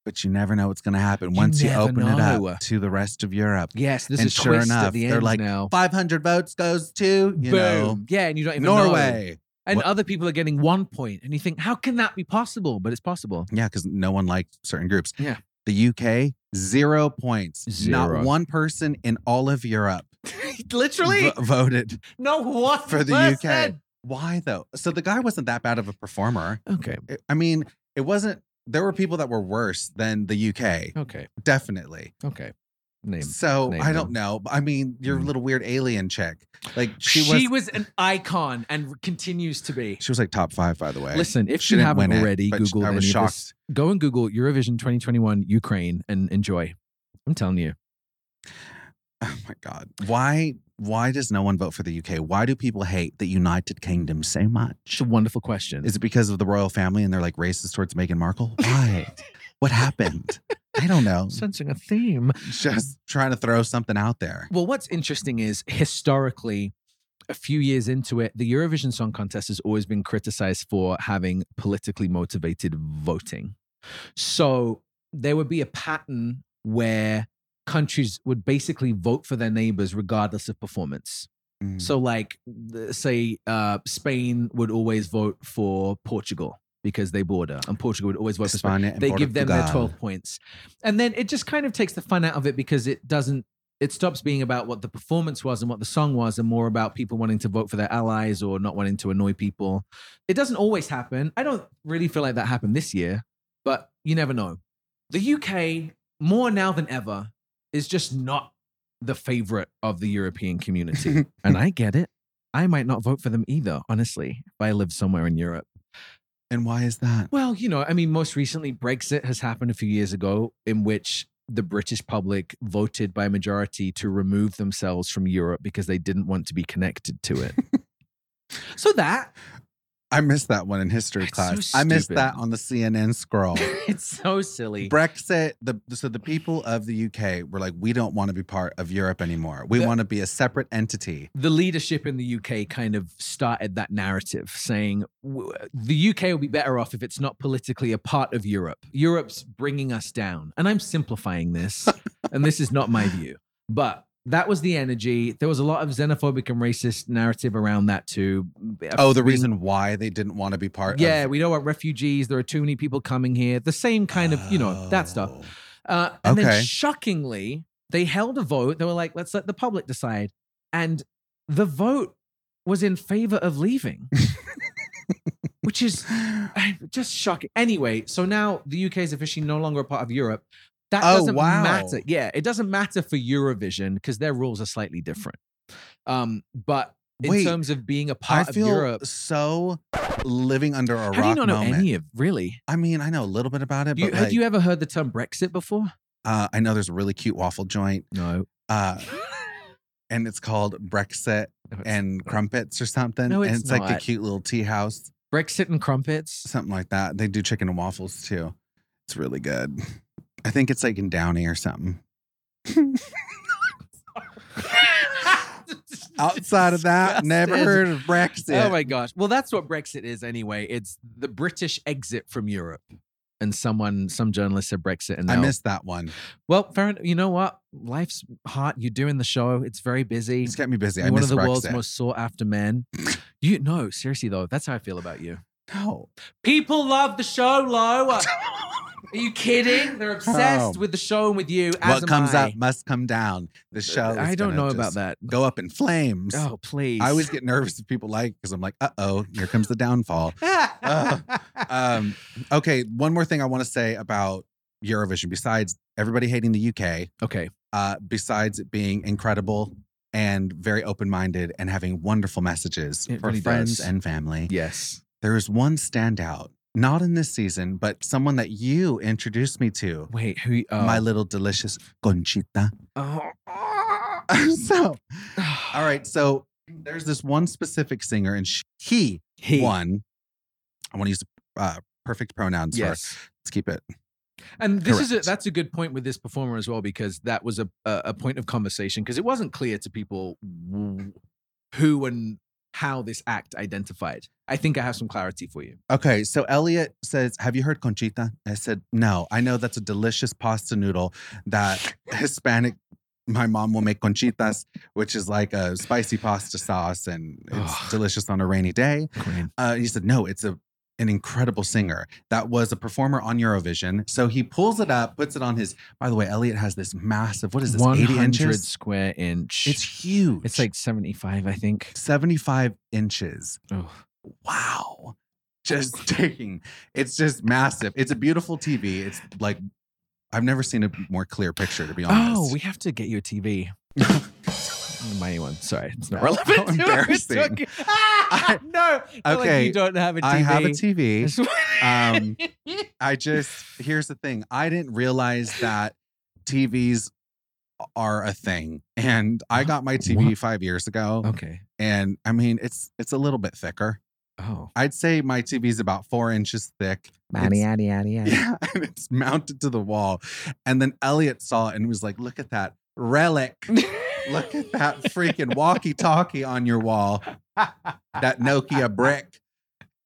Speaker 3: But you never know what's going to happen
Speaker 4: You
Speaker 3: once you
Speaker 4: never
Speaker 3: open it
Speaker 4: know.
Speaker 3: up to the rest of Europe.
Speaker 4: Yes, there's
Speaker 3: And
Speaker 4: a
Speaker 3: sure
Speaker 4: twist
Speaker 3: enough,
Speaker 4: at the
Speaker 3: they're
Speaker 4: end
Speaker 3: like,
Speaker 4: now.
Speaker 3: 500 votes goes to, you
Speaker 4: Boom.
Speaker 3: know,
Speaker 4: yeah, and you don't even know.
Speaker 3: Norway.
Speaker 4: And
Speaker 3: What-
Speaker 4: other people are getting one point, and you think, how can that be possible? But it's possible.
Speaker 3: Yeah, because no one liked certain groups.
Speaker 4: Yeah.
Speaker 3: The UK, zero points.
Speaker 4: Zero.
Speaker 3: Not one person in all of Europe
Speaker 4: Literally,
Speaker 3: v- voted
Speaker 4: no one
Speaker 3: for the UK. Why though? So the guy wasn't that bad of a performer.
Speaker 4: UK. Okay,
Speaker 3: It- I mean, it wasn't there were people that were worse than the UK,
Speaker 4: Okay.
Speaker 3: definitely.
Speaker 4: Okay. Name.
Speaker 3: So
Speaker 4: name
Speaker 3: I don't
Speaker 4: them.
Speaker 3: know. I mean, your
Speaker 4: Mm.
Speaker 3: little weird alien chick, like she,
Speaker 4: She,
Speaker 3: was,
Speaker 4: was an icon and continues to be.
Speaker 3: she was like top five by the way.
Speaker 4: Listen, if
Speaker 3: She
Speaker 4: you
Speaker 3: didn't
Speaker 4: haven't
Speaker 3: win it,
Speaker 4: already
Speaker 3: but sh-
Speaker 4: Googled
Speaker 3: I
Speaker 4: any
Speaker 3: was
Speaker 4: of this, go and Google Eurovision 2021 Ukraine and enjoy. I'm telling you.
Speaker 3: Oh my god, why? Why does no one vote for the UK? Why do people hate the United Kingdom so much?
Speaker 4: It's a wonderful question.
Speaker 3: Is it because of the royal family and they're like racist towards Meghan Markle? Why? what happened? I don't know.
Speaker 4: sensing a theme.
Speaker 3: Just trying to throw something out there.
Speaker 4: Well, what's interesting is historically, a few years into it, the Eurovision Song Contest has always been criticized for having politically motivated voting. So there would be a pattern where countries would basically vote for their neighbors regardless of performance.
Speaker 3: Mm.
Speaker 4: So, like, th- say uh, Spain would always vote for Portugal because they border, and Portugal would always vote for Spain.
Speaker 3: España and
Speaker 4: They give them their
Speaker 3: Portugal.
Speaker 4: 12 points. And then it just kind of takes the fun out of it because it doesn't, it stops being about what the performance was and what the song was and more about people wanting to vote for their allies or not wanting to annoy people. It doesn't always happen. I don't really feel like that happened this year, but you never know. The UK, more now than ever, is just not the favorite of the European community. and I get it. I might not vote for them either, honestly, if I live somewhere in Europe.
Speaker 3: And why is that?
Speaker 4: Well, you know, I mean, most recently, Brexit has happened a few years ago, in which the British public voted by majority to remove themselves from Europe because they didn't want to be connected to it. so that
Speaker 3: I missed that one in history
Speaker 4: It's so
Speaker 3: class. I missed
Speaker 4: stupid.
Speaker 3: that on the CNN
Speaker 4: [laughs]
Speaker 3: scroll.
Speaker 4: it's so silly.
Speaker 3: Brexit. The so the people of the UK were like, we don't want to be part of Europe anymore. We
Speaker 4: The-
Speaker 3: want to be a separate entity.
Speaker 4: the leadership in the UK kind of started that narrative, saying "W- the UK will be better off if it's not politically a part of Europe. Europe's bringing us down. And I'm
Speaker 3: [laughs]
Speaker 4: simplifying this, and this is not my view, but that was the energy. There was a lot of xenophobic and racist narrative around that, too.
Speaker 3: Oh, the
Speaker 4: Being-
Speaker 3: reason why they didn't want to be part.
Speaker 4: Yeah,
Speaker 3: of,
Speaker 4: we know what refugees, there are too many people coming here, the same kind of, you know, that stuff.
Speaker 3: Oh.
Speaker 4: Uh, and
Speaker 3: Okay.
Speaker 4: then shockingly, they held a vote. They were like, let's let the public decide. And the vote was in favor of leaving, which is
Speaker 3: Oh.
Speaker 4: uh, just shocking. Anyway, so now the UK is officially no longer a part of Europe. That
Speaker 3: Oh,
Speaker 4: doesn't
Speaker 3: wow.
Speaker 4: matter. Yeah, it doesn't matter for Eurovision because their rules are slightly different. Um, but in
Speaker 3: Wait,
Speaker 4: terms of being a
Speaker 3: I
Speaker 4: part of
Speaker 3: feel
Speaker 4: Europe,
Speaker 3: so living under a
Speaker 4: how
Speaker 3: rock
Speaker 4: do you not know
Speaker 3: moment.
Speaker 4: any of really?
Speaker 3: I mean, I know a little bit about it,
Speaker 4: You,
Speaker 3: but
Speaker 4: have
Speaker 3: like,
Speaker 4: you ever heard the term Brexit before?
Speaker 3: uh, I know there's a really cute waffle joint,
Speaker 4: No. [laughs]
Speaker 3: uh, and it's called Brexit and Crumpets or something.
Speaker 4: No,
Speaker 3: and
Speaker 4: it's
Speaker 3: it's like a
Speaker 4: not.
Speaker 3: cute little tea house.
Speaker 4: Brexit and crumpets.
Speaker 3: something like that. They do chicken and waffles too. It's really good. I think it's like in Downey or something. [laughs] Outside of
Speaker 4: [laughs]
Speaker 3: that, never
Speaker 4: Disgusted.
Speaker 3: heard of Brexit.
Speaker 4: Oh my gosh. Well, that's what Brexit is anyway. It's the British exit from Europe. And someone, some journalist said Brexit, and
Speaker 3: I
Speaker 4: now-
Speaker 3: missed that one.
Speaker 4: Well, Farron, you know what? Life's hot. You're doing the show. It's very busy.
Speaker 3: It's got me busy. I
Speaker 4: You're one
Speaker 3: missed
Speaker 4: of the
Speaker 3: Brexit.
Speaker 4: world's most sought after men. you no, seriously though, that's how I feel about you.
Speaker 3: no.
Speaker 4: People love the show, Lo.
Speaker 3: [laughs]
Speaker 4: Are you kidding? They're obsessed
Speaker 3: Oh.
Speaker 4: with the show and with you. As
Speaker 3: what
Speaker 4: am
Speaker 3: comes
Speaker 4: I.
Speaker 3: up must come down. The show.
Speaker 4: Uh, I
Speaker 3: is
Speaker 4: don't
Speaker 3: gonna
Speaker 4: know about
Speaker 3: just
Speaker 4: that.
Speaker 3: Go up in flames.
Speaker 4: Oh, please.
Speaker 3: I always get nervous if people like because I'm like, uh oh, here comes the downfall. Oh, um, okay, one more thing I want to say about Eurovision. Besides everybody hating the UK,
Speaker 4: [laughs] okay.
Speaker 3: uh, besides it being incredible and very open minded and having wonderful messages
Speaker 4: It
Speaker 3: for
Speaker 4: really
Speaker 3: friends
Speaker 4: does.
Speaker 3: and family,
Speaker 4: Yes.
Speaker 3: there is one standout, not in this season, but someone that you introduced me to,
Speaker 4: Wait, who? Uh,
Speaker 3: my little delicious Conchita.
Speaker 4: [laughs] oh.
Speaker 3: so, all right, so there's this one specific singer, and she, he,
Speaker 4: [sighs] He.
Speaker 3: won. I want to use uh, perfect pronouns for
Speaker 4: Yes.
Speaker 3: Let's keep it.
Speaker 4: And this is a,
Speaker 3: Correct.
Speaker 4: that's a good point with this performer as well because that was a a, a point of conversation because it wasn't clear to people w- who and how this act identified. I think I have some clarity for you.
Speaker 3: Okay, so Elliot says, "Have you heard conchita?" I said, "No. I know that's a delicious pasta noodle
Speaker 4: [laughs]
Speaker 3: that Hispanic. My mom will make conchitas, which is like a spicy pasta sauce, and it's
Speaker 4: Ugh.
Speaker 3: delicious on a rainy day." Uh, he said, "No, it's a an incredible singer that was a performer on Eurovision." So he pulls it up, puts it on his. By the way, Elliot has this massive. What is this?
Speaker 4: One
Speaker 3: Eighty
Speaker 4: hundred
Speaker 3: inches.
Speaker 4: square inch.
Speaker 3: It's huge.
Speaker 4: it's like seventy five, I think.
Speaker 3: seventy five inches.
Speaker 4: Oh.
Speaker 3: Wow. just taking. It's just massive. It's a beautiful TV. It's like I've never seen a more clear picture to be honest.
Speaker 4: Oh, we have to get you a TV. [laughs] My one. Sorry, it's not
Speaker 3: How
Speaker 4: relevant. to what we're
Speaker 3: embarrassing.
Speaker 4: [laughs] talking- Ah,
Speaker 3: I-
Speaker 4: no. not like
Speaker 3: Okay,
Speaker 4: you don't have a TV.
Speaker 3: I have a
Speaker 4: [laughs]
Speaker 3: TV.
Speaker 4: TV.
Speaker 3: Um, I just here's the thing. I didn't realize that TVs are a thing, and I got my TV
Speaker 4: What? Oh.
Speaker 3: five years ago.
Speaker 4: okay.
Speaker 3: And I mean, it's it's a little bit thicker.
Speaker 4: Oh.
Speaker 3: I'd say my TV is about four inches thick. It's-
Speaker 4: [laughs]
Speaker 3: Yeah, [laughs] and it's mounted to the wall. And then Elliot saw it and was like, "Look at that relic! Look at that freaking walkie-talkie on your wall, that Nokia brick."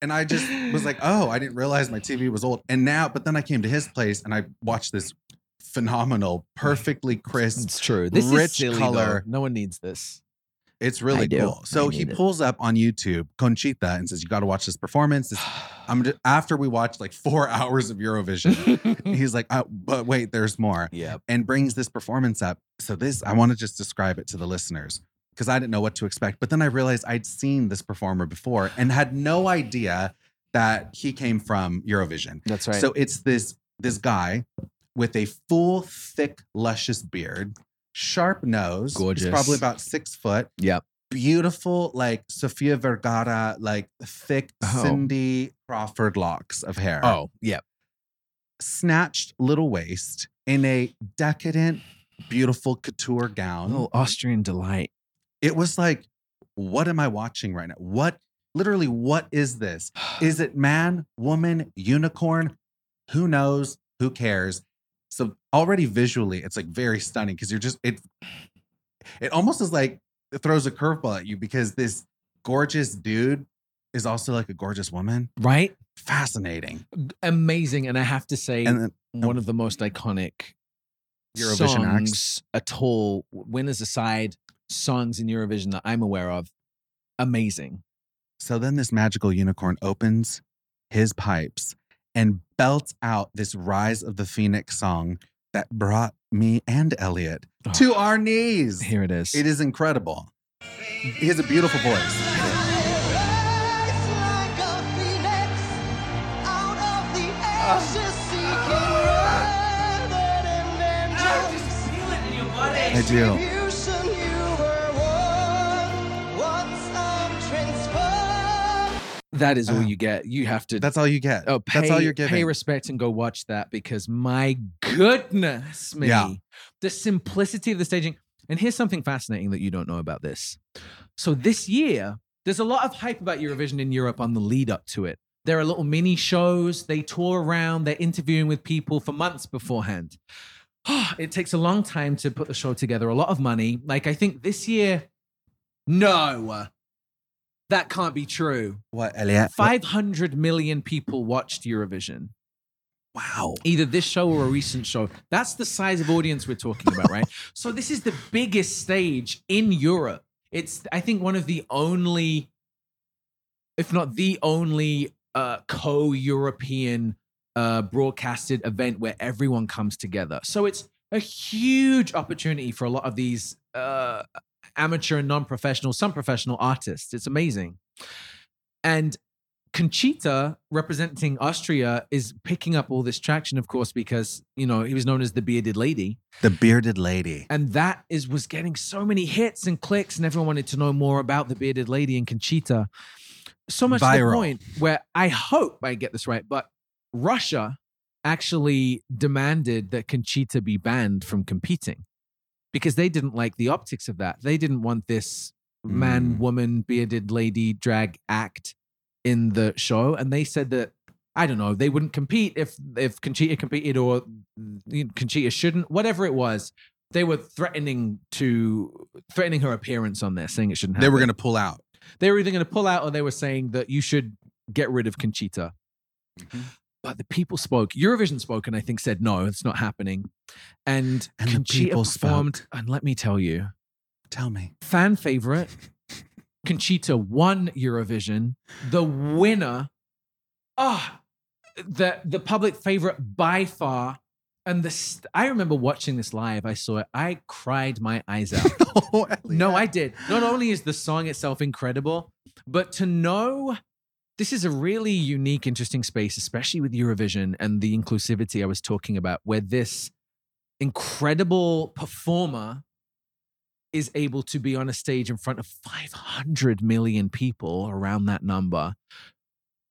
Speaker 3: And I just was like, "Oh, I didn't realize my TV was old." And now, but then I came to his place and I watched this phenomenal, perfectly
Speaker 4: [laughs]
Speaker 3: crisp.
Speaker 4: It's true. This
Speaker 3: Rich
Speaker 4: is silly,
Speaker 3: color.
Speaker 4: though. No one needs this.
Speaker 3: It's really
Speaker 4: do.
Speaker 3: cool. So
Speaker 4: I
Speaker 3: he
Speaker 4: need it.
Speaker 3: pulls up on YouTube Conchita and says, "You got to watch this performance." This-
Speaker 4: [sighs]
Speaker 3: I'm just, after we watched like four [laughs] hours of Eurovision.
Speaker 4: [laughs]
Speaker 3: He's like, uh, but wait, there's more.
Speaker 4: yeah.
Speaker 3: and brings this performance up. So this, I want to just describe it to the listeners because I didn't know what to expect. But then I realized I'd seen this performer before and had no idea that he came from Eurovision.
Speaker 4: That's right.
Speaker 3: So it's this this guy with a full, thick, luscious beard, sharp nose, He's
Speaker 4: Gorgeous.
Speaker 3: probably about six foot.
Speaker 4: Yep.
Speaker 3: Beautiful, like Sofia Vergara, like thick
Speaker 4: Oh.
Speaker 3: Cindy Crawford locks of hair
Speaker 4: oh, yeah.
Speaker 3: snatched little waist in a decadent, beautiful couture gown.
Speaker 4: Little Oh, Austrian delight.
Speaker 3: It was like, what am I watching right now? What, literally, what is this? Is it man, woman, unicorn? Who knows? Who cares? So already visually, it's like very stunning because you're just it. It almost is like it throws a curveball at you because this gorgeous dude is also like a gorgeous woman.
Speaker 4: Right?
Speaker 3: Fascinating.
Speaker 4: Amazing. And I have to say,
Speaker 3: And then
Speaker 4: one of the most iconic
Speaker 3: Eurovision
Speaker 4: songs
Speaker 3: acts.
Speaker 4: at all, winners aside, songs in Eurovision that I'm aware of. Amazing.
Speaker 3: So then this magical unicorn opens his pipes and belts out this Rise of the Phoenix song that brought me and Elliot to
Speaker 4: Ah.
Speaker 3: our knees.
Speaker 4: Here it is.
Speaker 3: It is incredible. He has a beautiful voice. I do.
Speaker 4: that is all
Speaker 3: Oh.
Speaker 4: you get. You have to.
Speaker 3: That's all you get.
Speaker 4: oh, pay,
Speaker 3: That's all you're
Speaker 4: Pay
Speaker 3: giving.
Speaker 4: respect and go watch that because my goodness me,
Speaker 3: Yeah.
Speaker 4: the simplicity of the staging. And here's something fascinating that you don't know about this. So this year, there's a lot of hype about Eurovision in Europe on the lead up to it. There are little mini shows. They tour around. They're interviewing with people for months beforehand. [sighs] it takes a long time to put the show together. A lot of money. Like I think this year, no, that can't be true.
Speaker 3: what, Elliot?
Speaker 4: Five hundred million people watched Eurovision.
Speaker 3: Wow.
Speaker 4: Either this show or a recent show. That's the size of audience we're talking about, right? so this is the biggest stage in Europe. It's I think one of the only, if not the only, uh, co-European uh, broadcasted event where everyone comes together. So it's a huge opportunity for a lot of these uh, amateur and non-professional, some professional artists. It's amazing, and Conchita representing Austria is picking up all this traction, of course, because you know he was known as the bearded lady,
Speaker 3: The bearded lady.
Speaker 4: and that is was getting so many hits and clicks, and everyone wanted to know more about the bearded lady and Conchita. So much to the
Speaker 3: Viral.
Speaker 4: point where I hope I get this right, but Russia actually demanded that Conchita be banned from competing because they didn't like the optics of that. They didn't want this man,
Speaker 3: Mm.
Speaker 4: woman, bearded lady drag act in the show, and they said that I don't know they wouldn't compete if if Conchita competed or mm, Conchita shouldn't, whatever it was. They were threatening to threatening her appearance on there, saying it shouldn't. Happen.
Speaker 3: They were going to pull out.
Speaker 4: They were either going to pull out or they were saying that you should get rid of Conchita.
Speaker 3: Mm-hmm.
Speaker 4: But the people spoke. Eurovision spoke and I think said, no, it's not happening. And,
Speaker 3: And the
Speaker 4: Conchita
Speaker 3: people
Speaker 4: performed.
Speaker 3: spoke.
Speaker 4: And let me tell you,
Speaker 3: Tell
Speaker 4: [laughs]
Speaker 3: me. [laughs]
Speaker 4: fan favorite, Conchita won Eurovision. The winner, ah, the, the public favorite by far. And this, I remember watching this live. I saw it. I cried my eyes out.
Speaker 3: Oh, Elliot.
Speaker 4: No, I did. Not only is the song itself incredible, but to know this is a really unique, interesting space, especially with Eurovision and the inclusivity I was talking about, where this incredible performer is able to be on a stage in front of 500 million people around that number,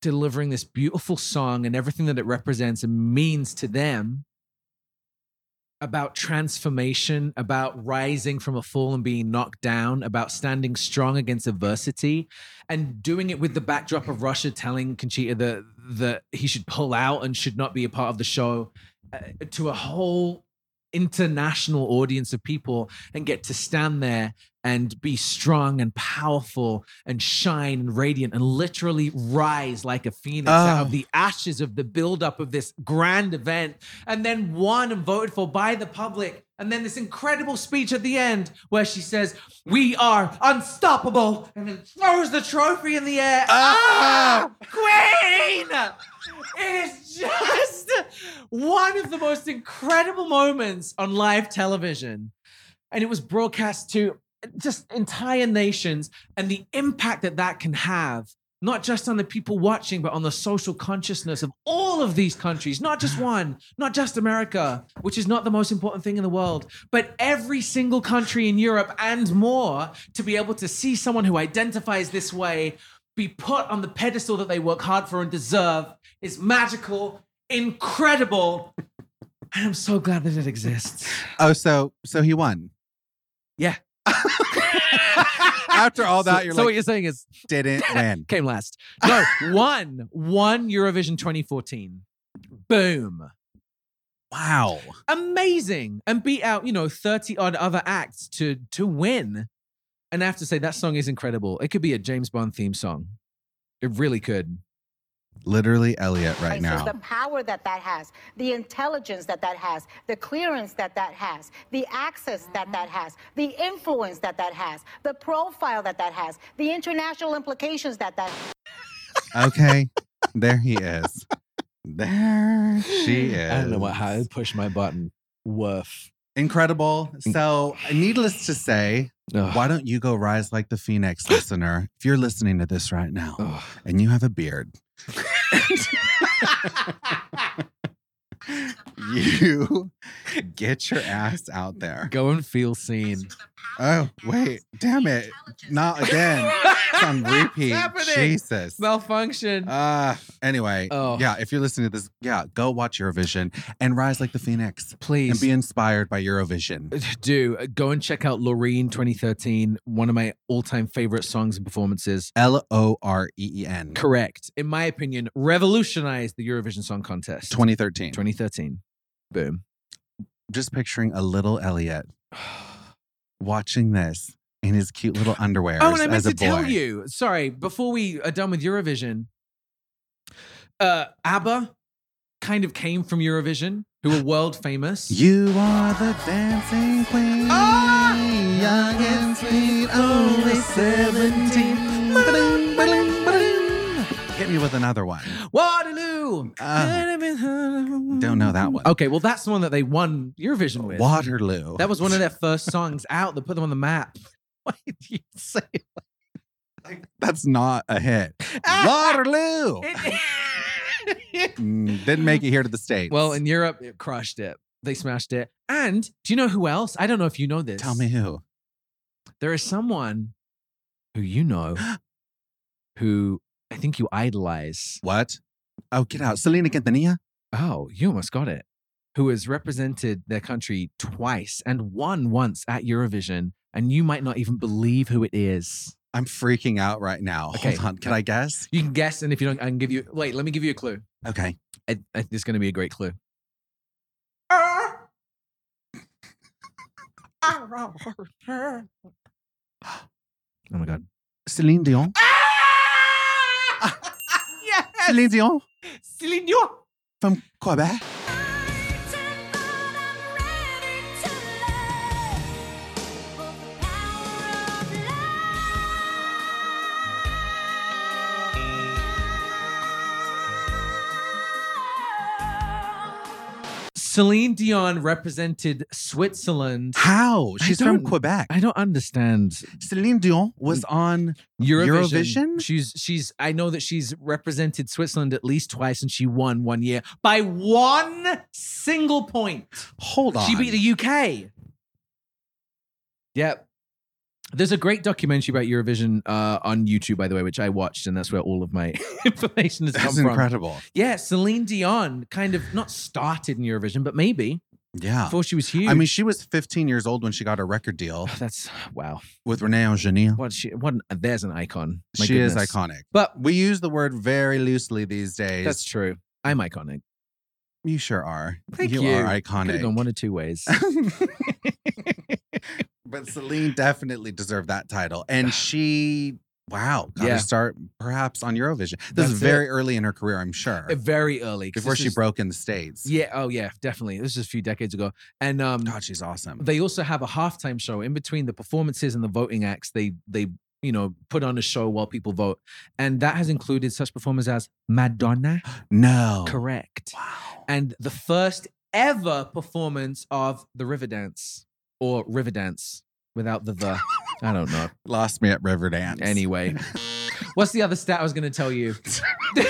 Speaker 4: delivering this beautiful song and everything that it represents and means to them about transformation, about rising from a fall and being knocked down, about standing strong against adversity, and doing it with the backdrop of Russia telling Conchita that that he should pull out and should not be a part of the show uh, to a whole international audience of people and get to stand there and be strong and powerful and shine and radiant and literally rise like a phoenix out
Speaker 3: Oh.
Speaker 4: of the ashes of the buildup of this grand event and then won and voted for by the public and then this incredible speech at the end where she says we are unstoppable and then throws the trophy in the air
Speaker 3: Ah!
Speaker 4: Queen! It is just one of the most incredible moments on live television. And it was broadcast to just entire nations and the impact that that can have, not just on the people watching, but on the social consciousness of all of these countries, not just one, not just America, which is not the most important thing in the world, but every single country in Europe and more to be able to see someone who identifies this way be put on the pedestal that they work hard for and deserve is magical, incredible, and I'm so glad that it exists.
Speaker 3: Oh, so so he won.
Speaker 4: Yeah.
Speaker 3: [laughs] After all that,
Speaker 4: so,
Speaker 3: you're
Speaker 4: so what
Speaker 3: like
Speaker 4: you're saying is [laughs]
Speaker 3: didn't win.
Speaker 4: came last. No, [laughs] one, one Eurovision 2014. Boom.
Speaker 3: Wow.
Speaker 4: Amazing. And beat out, you know, 30 odd other acts to to win. And I have to say that song is incredible. It could be a James Bond theme song. It really could.
Speaker 3: Literally Elliot right
Speaker 8: devices,
Speaker 3: now.
Speaker 8: The power that that has, the intelligence that that has, the clearance that that has, the access that that has, the influence that that has, the profile that that has, the international implications that that
Speaker 3: Okay. There he is. There she is.
Speaker 4: I don't know what, how I pushed my button. Woof.
Speaker 3: Incredible. So, needless to say,
Speaker 4: Mm. Ugh.
Speaker 3: why don't you go rise like the phoenix, listener? If you're listening to this right now
Speaker 4: Ugh.
Speaker 3: and you have a
Speaker 4: [laughs]
Speaker 3: beard, you get your ass out there.
Speaker 4: Go and feel seen.
Speaker 3: Oh, wait. Damn it. Not again. It's
Speaker 4: [laughs]
Speaker 3: on repeat. Jesus.
Speaker 4: Malfunction.
Speaker 3: Uh, anyway,
Speaker 4: Oh.
Speaker 3: yeah, if you're listening to this, yeah, go watch Eurovision and rise like the phoenix and
Speaker 4: Please
Speaker 3: be inspired by Eurovision.
Speaker 4: [sighs] do uh, go and check out Loreen 2013, one of my all-time favorite songs and performances.
Speaker 3: L O R E E N.
Speaker 4: Correct. In my opinion, revolutionized the Eurovision Song Contest
Speaker 3: 2013.
Speaker 4: 2013. Boom.
Speaker 3: Just picturing a little
Speaker 4: [sighs]
Speaker 3: Elliot watching this in his cute little underwear
Speaker 4: Oh, and I meant
Speaker 3: as a
Speaker 4: to
Speaker 3: boy.
Speaker 4: tell you. Sorry, before we are done with Eurovision, uh, ABBA kind of came from Eurovision, who were world famous.
Speaker 3: You are the dancing queen.
Speaker 4: Ah!
Speaker 3: Young and sweet, only 17. Ba-dum, ba-dum, ba-dum. Hit me with another one.
Speaker 4: Waterloo.
Speaker 3: Um, Ah. don't know that one.
Speaker 4: Okay, well, that's the one that they won Eurovision with.
Speaker 3: Waterloo.
Speaker 4: That was one of their first songs out that put them on the map. [laughs] Why did you say it?
Speaker 3: That's not a
Speaker 4: [laughs]
Speaker 3: hit. Waterloo. Mm, Didn't make it here to the States.
Speaker 4: well, in Europe, it crushed it. They smashed it. And do you know who else? I don't know if you know this.
Speaker 3: tell me who.
Speaker 4: There is someone who
Speaker 3: [gasps]
Speaker 4: you know who I think you idolize.
Speaker 3: What? Oh, get out. Selena Quintanilla?
Speaker 4: Oh, you almost got it. Who has represented their country twice and won once at Eurovision. And you might not even believe who it is.
Speaker 3: I'm freaking out right now.
Speaker 4: Okay.
Speaker 3: Hold on. Can I guess?
Speaker 4: You can guess. And if you don't, I can give you. Wait, let me give you a clue.
Speaker 3: Okay.
Speaker 4: I, I, this is going to be a great clue. oh my [laughs] god!
Speaker 3: Celine Dion?
Speaker 4: Ah, yes,
Speaker 3: Celine Dion
Speaker 4: Celine Dion.
Speaker 3: from Quebec?
Speaker 4: Celine Dion represented Switzerland.
Speaker 3: How?
Speaker 4: I
Speaker 3: She's from
Speaker 4: don't-
Speaker 3: Quebec.
Speaker 4: I Mm. don't understand
Speaker 3: Celine Dion was on.
Speaker 4: Eurovision.
Speaker 3: Eurovision?
Speaker 4: She's she's. I know that she's represented Switzerland at least twice, and she won one year by one single point.
Speaker 3: Hold on.
Speaker 4: She beat the UK. Yep. There's a great documentary about Eurovision uh, on YouTube, by the way, which I watched, and that's where all of my [laughs] information has come
Speaker 3: That's
Speaker 4: from.
Speaker 3: incredible.
Speaker 4: Yeah, Celine Dion kind of not started in Eurovision, but maybe
Speaker 3: Yeah.
Speaker 4: before she was huge.
Speaker 3: Ah. I mean, she was 15 years old when she got a record
Speaker 4: [laughs]
Speaker 3: deal
Speaker 4: [sighs] that's wow.
Speaker 3: with Renee Angenil.
Speaker 4: What she? What? There's an icon. My
Speaker 3: She is
Speaker 4: goodness.
Speaker 3: iconic.
Speaker 4: But
Speaker 3: We use the word very loosely these days.
Speaker 4: that's true. I'm iconic.
Speaker 3: you sure are.
Speaker 4: Thank
Speaker 3: are
Speaker 4: you. Could have gone one
Speaker 3: iconic.
Speaker 4: of
Speaker 3: [laughs]
Speaker 4: two ways. Uh,
Speaker 3: but Celine definitely deserved that title. And she, wow, got
Speaker 4: Yeah.
Speaker 3: to start perhaps on Eurovision. This
Speaker 4: That's
Speaker 3: is very early in her career, I'm sure.
Speaker 4: Very early 'cause
Speaker 3: Before
Speaker 4: this
Speaker 3: she
Speaker 4: was-
Speaker 3: broke in the States.
Speaker 4: Yeah. Oh yeah. Definitely. This is a few decades ago. And um,
Speaker 3: God, she's awesome.
Speaker 4: they also have a halftime show in between the performances and the voting acts. They they you know put on a show while people vote, and that has included such performers as Madonna.
Speaker 3: no.
Speaker 4: Correct.
Speaker 3: Oh, Wow.
Speaker 4: and the first ever performance of the Riverdance or Riverdance without the the. I don't
Speaker 3: [laughs]
Speaker 4: know.
Speaker 3: Lost me at Riverdance.
Speaker 4: Anyway, what's the other stat I was going to tell you? [laughs]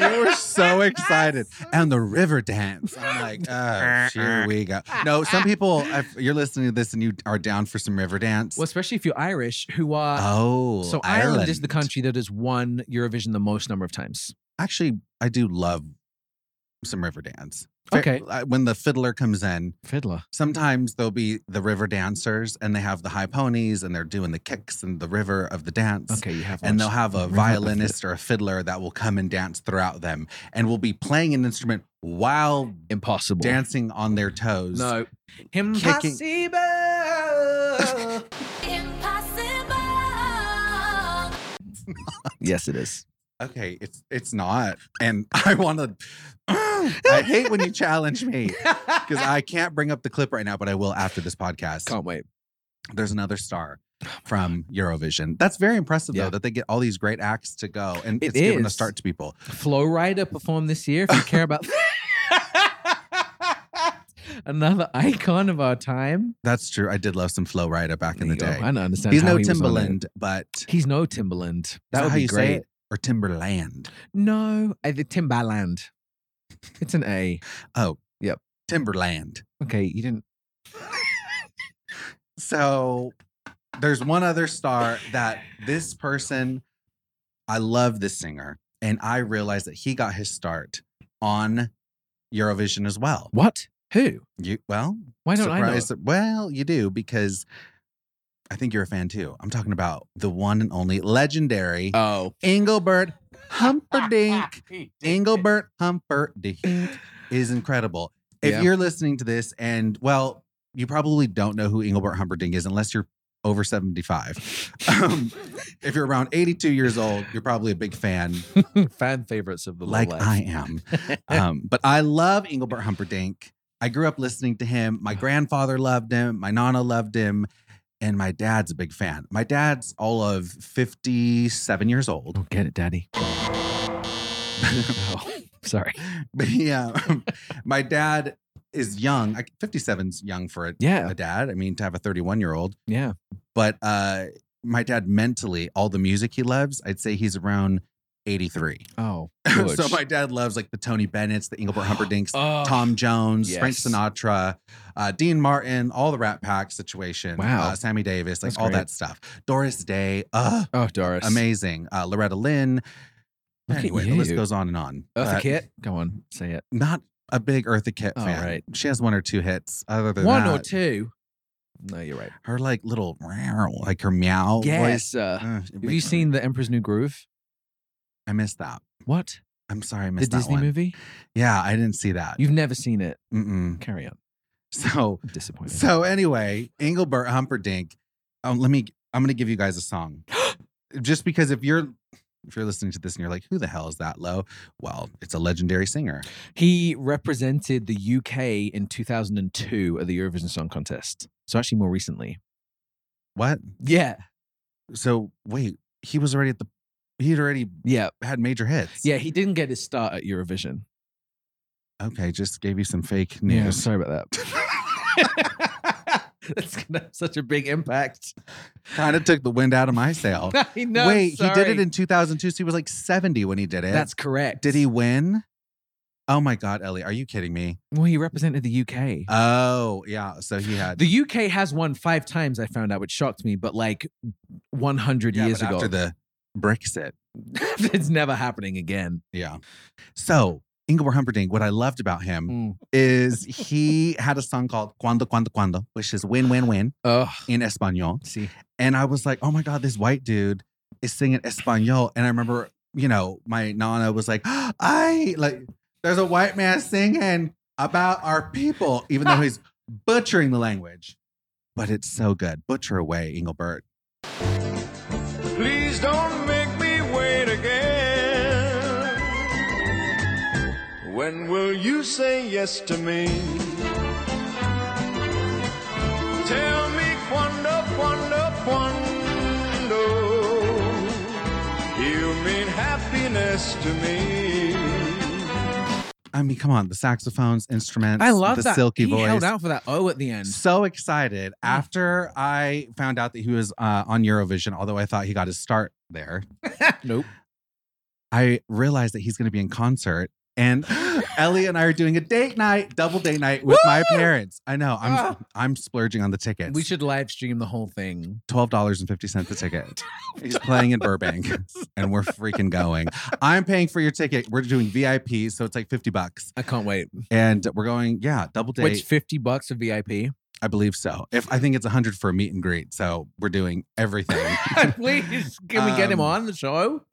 Speaker 3: we were so excited. And the river dance.
Speaker 4: [laughs]
Speaker 3: I'm like, oh, here we go. No, some people, if you're listening to this and you are down for some river dance.
Speaker 4: Well, especially if you're Irish, who are.
Speaker 3: oh,
Speaker 4: uh, so Ireland. is the country that has won Eurovision the most number of times.
Speaker 3: Actually, I do love some river dance.
Speaker 4: Okay. Mm-hmm.
Speaker 3: Uh, When the fiddler comes in,
Speaker 4: Fiddler.
Speaker 3: sometimes there'll be the river dancers and they have the high ponies and they're doing the kicks and the river of the dance.
Speaker 4: Okay, you have.
Speaker 3: and they'll
Speaker 4: watched
Speaker 3: have a
Speaker 4: [laughs] River
Speaker 3: violinist or a fiddler that will come and dance throughout them and will be playing an instrument while
Speaker 4: Impossible.
Speaker 3: dancing on their toes.
Speaker 4: No. Impossible.
Speaker 5: Impossible.
Speaker 4: yes, it [laughs] is.
Speaker 3: Okay, it's it's not. And [laughs] I want
Speaker 4: [laughs]
Speaker 3: to I hate when you challenge me because I can't bring up the clip right now, but I will after this podcast.
Speaker 4: Can't wait.
Speaker 3: There's another star from Eurovision. That's very impressive
Speaker 4: Oh Yeah.
Speaker 3: though that they get all these great acts to go and
Speaker 4: It
Speaker 3: it's given a
Speaker 4: is.
Speaker 3: start to people.
Speaker 4: Flow Rider performed this year. If you care about another icon of our time.
Speaker 3: That's true. I did love some Flow Rida back in the
Speaker 4: There you go.
Speaker 3: day.
Speaker 4: I don't understand.
Speaker 3: He's
Speaker 4: how
Speaker 3: no
Speaker 4: he was on it.
Speaker 3: Timbaland, but
Speaker 4: He's no Timberland.
Speaker 3: that
Speaker 4: That would
Speaker 3: how
Speaker 4: be
Speaker 3: you
Speaker 4: great.
Speaker 3: say it? Or Timberland.
Speaker 4: No, I, the Timbaland. It's an A.
Speaker 3: Oh,
Speaker 4: Yep.
Speaker 3: Timberland.
Speaker 4: Okay, you didn't.
Speaker 3: So there's one other star that this person, I love this singer, and I realized that he got his start on Eurovision as well.
Speaker 4: What? Who?
Speaker 3: You well,
Speaker 4: Why don't
Speaker 3: surprise- Well, you do because I think you're a fan too. I'm talking about the one and only legendary
Speaker 4: I know?
Speaker 3: Engelbert
Speaker 4: [laughs]
Speaker 3: Humperdinck. Engelbert Humperdinck is incredible. If
Speaker 4: Yeah.
Speaker 3: you're listening to this and well, you probably don't know who Engelbert Humperdinck is unless you're over 75. [laughs] Um, if you're around 82 years old, you're probably a big fan
Speaker 4: Oh, fan favorites of the low
Speaker 3: like
Speaker 4: life.
Speaker 3: I am.
Speaker 4: [laughs]
Speaker 3: Um, but I love Engelbert Humperdinck. I grew up listening to him.
Speaker 4: Uh-huh.
Speaker 3: My grandfather loved him. My nana loved him. And my dad's a big fan. My dad's all of 57 years old.
Speaker 4: Don't get it, [laughs] Daddy. oh, sorry.
Speaker 3: [laughs] But yeah, [laughs] my dad is young. Like, 57's young for a,
Speaker 4: Yeah,
Speaker 3: a dad. I mean, to have a 31 year old.
Speaker 4: yeah.
Speaker 3: But uh, my dad, mentally, all the music he loves, I'd say he's around 83.
Speaker 4: Oh,
Speaker 3: [laughs] so my dad loves like the Tony Bennett's, the
Speaker 4: [gasps]
Speaker 3: Engelbert Humperdinck's,
Speaker 4: Oh,
Speaker 3: Tom Jones, Frank
Speaker 4: yes.
Speaker 3: Sinatra, uh, Dean Martin, all the Rat Pack situation.
Speaker 4: Wow.
Speaker 3: Uh, Sammy Davis, like
Speaker 4: That's
Speaker 3: all
Speaker 4: great.
Speaker 3: that stuff. Doris Day, uh,
Speaker 4: Oh, Doris.
Speaker 3: amazing. Uh, Loretta Lynn.
Speaker 4: Look at
Speaker 3: anyway, the list
Speaker 4: you.
Speaker 3: goes on and on.
Speaker 4: Eartha
Speaker 3: But-
Speaker 4: Kitt. Go on, say it.
Speaker 3: not a big Eartha Kitt
Speaker 4: All
Speaker 3: fan.
Speaker 4: right.
Speaker 3: She has one or two hits. Other than
Speaker 4: One or
Speaker 3: that,
Speaker 4: two. No, you're right.
Speaker 3: her like little meow, like her meow voice.
Speaker 4: yes. uh,
Speaker 3: Ugh, it
Speaker 4: have you
Speaker 3: makes-
Speaker 4: seen The Emperor's New Groove?
Speaker 3: I missed that.
Speaker 4: What?
Speaker 3: I'm sorry, I
Speaker 4: The
Speaker 3: missed that
Speaker 4: Disney
Speaker 3: one.
Speaker 4: movie?
Speaker 3: Yeah, I didn't see that.
Speaker 4: You've never seen it.
Speaker 3: Mm-mm. [laughs]
Speaker 4: Carry on.
Speaker 3: So,
Speaker 4: I'm disappointed.
Speaker 3: so anyway, Engelbert Humperdinck. Um, let me. I'm gonna give you guys a
Speaker 4: [gasps]
Speaker 3: song, just because if you're if you're listening to this and you're like, who the hell is that low? Well, it's a legendary singer.
Speaker 4: he represented the UK in 2002 at the Eurovision Song Contest. So actually, more recently.
Speaker 3: What?
Speaker 4: Yeah.
Speaker 3: So wait, he was already at the. He had already
Speaker 4: Yeah.
Speaker 3: had major hits.
Speaker 4: Yeah. He didn't get his start at Eurovision.
Speaker 3: Okay, just gave you some fake news.
Speaker 4: Yeah.
Speaker 3: Sorry about that. [laughs]
Speaker 4: That's gonna have such a big impact.
Speaker 3: kind of took the wind out of my sail.
Speaker 4: [laughs] I know.
Speaker 3: Oh. Wait, he did
Speaker 4: sorry.
Speaker 3: it in 2002. So he was like 70 when he did it.
Speaker 4: That's correct.
Speaker 3: Did he win? Oh my God, Ellie, are you kidding me?
Speaker 4: Well, he represented the UK.
Speaker 3: Oh, yeah. So he had.
Speaker 4: the UK has won five times. I found out, which shocked me. But like 100
Speaker 3: yeah,
Speaker 4: years
Speaker 3: but
Speaker 4: ago,
Speaker 3: After the Brexit.
Speaker 4: [laughs] it's never happening again.
Speaker 3: Yeah. So Ingeborg Humperdinck, what I loved about him
Speaker 4: Mm.
Speaker 3: is he had a song called Cuando, Cuando, Cuando, which is win, win, win
Speaker 4: Oh,
Speaker 3: in Espanol.
Speaker 4: see,
Speaker 3: And I was like, oh my God, this white dude is singing Espanol. And I remember, you know, my nana was like, I like, there's a white man singing about our people, even though he's butchering the language. But it's so good. Butcher away, Engelbert.
Speaker 9: Please don't make me wait again. When will you say yes to me? Tell me quando, quando, quando you mean happiness to me.
Speaker 3: I mean, come on, the saxophones, instruments,
Speaker 4: I love
Speaker 3: the
Speaker 4: that.
Speaker 3: silky
Speaker 4: he
Speaker 3: voice.
Speaker 4: held out for that O at
Speaker 3: [laughs]
Speaker 4: the end.
Speaker 3: so excited after I found out that he was uh, on Eurovision, although I thought he got his start there.
Speaker 4: nope.
Speaker 3: I realized that he's going to be in concert.
Speaker 4: [gasps]
Speaker 3: And Ellie and I are doing a date night, double date night with my
Speaker 4: Woo!
Speaker 3: parents. I know I'm
Speaker 4: Ah.
Speaker 3: I'm splurging on the tickets.
Speaker 4: We should live stream the whole thing.
Speaker 3: twelve dollars and fifty cents a
Speaker 4: [laughs]
Speaker 3: ticket. He's playing in Burbank, and we're freaking going. I'm paying for your ticket. We're doing VIP, so it's like fifty bucks,
Speaker 4: I can't wait.
Speaker 3: and we're going. Yeah, double date.
Speaker 4: Which 50 bucks
Speaker 3: [laughs]
Speaker 4: of VIP?
Speaker 3: I believe so. If I think it's hundred for a meet and greet, so we're doing everything.
Speaker 4: [laughs] Please, can we get him
Speaker 3: Um,
Speaker 4: on the show?
Speaker 3: [laughs]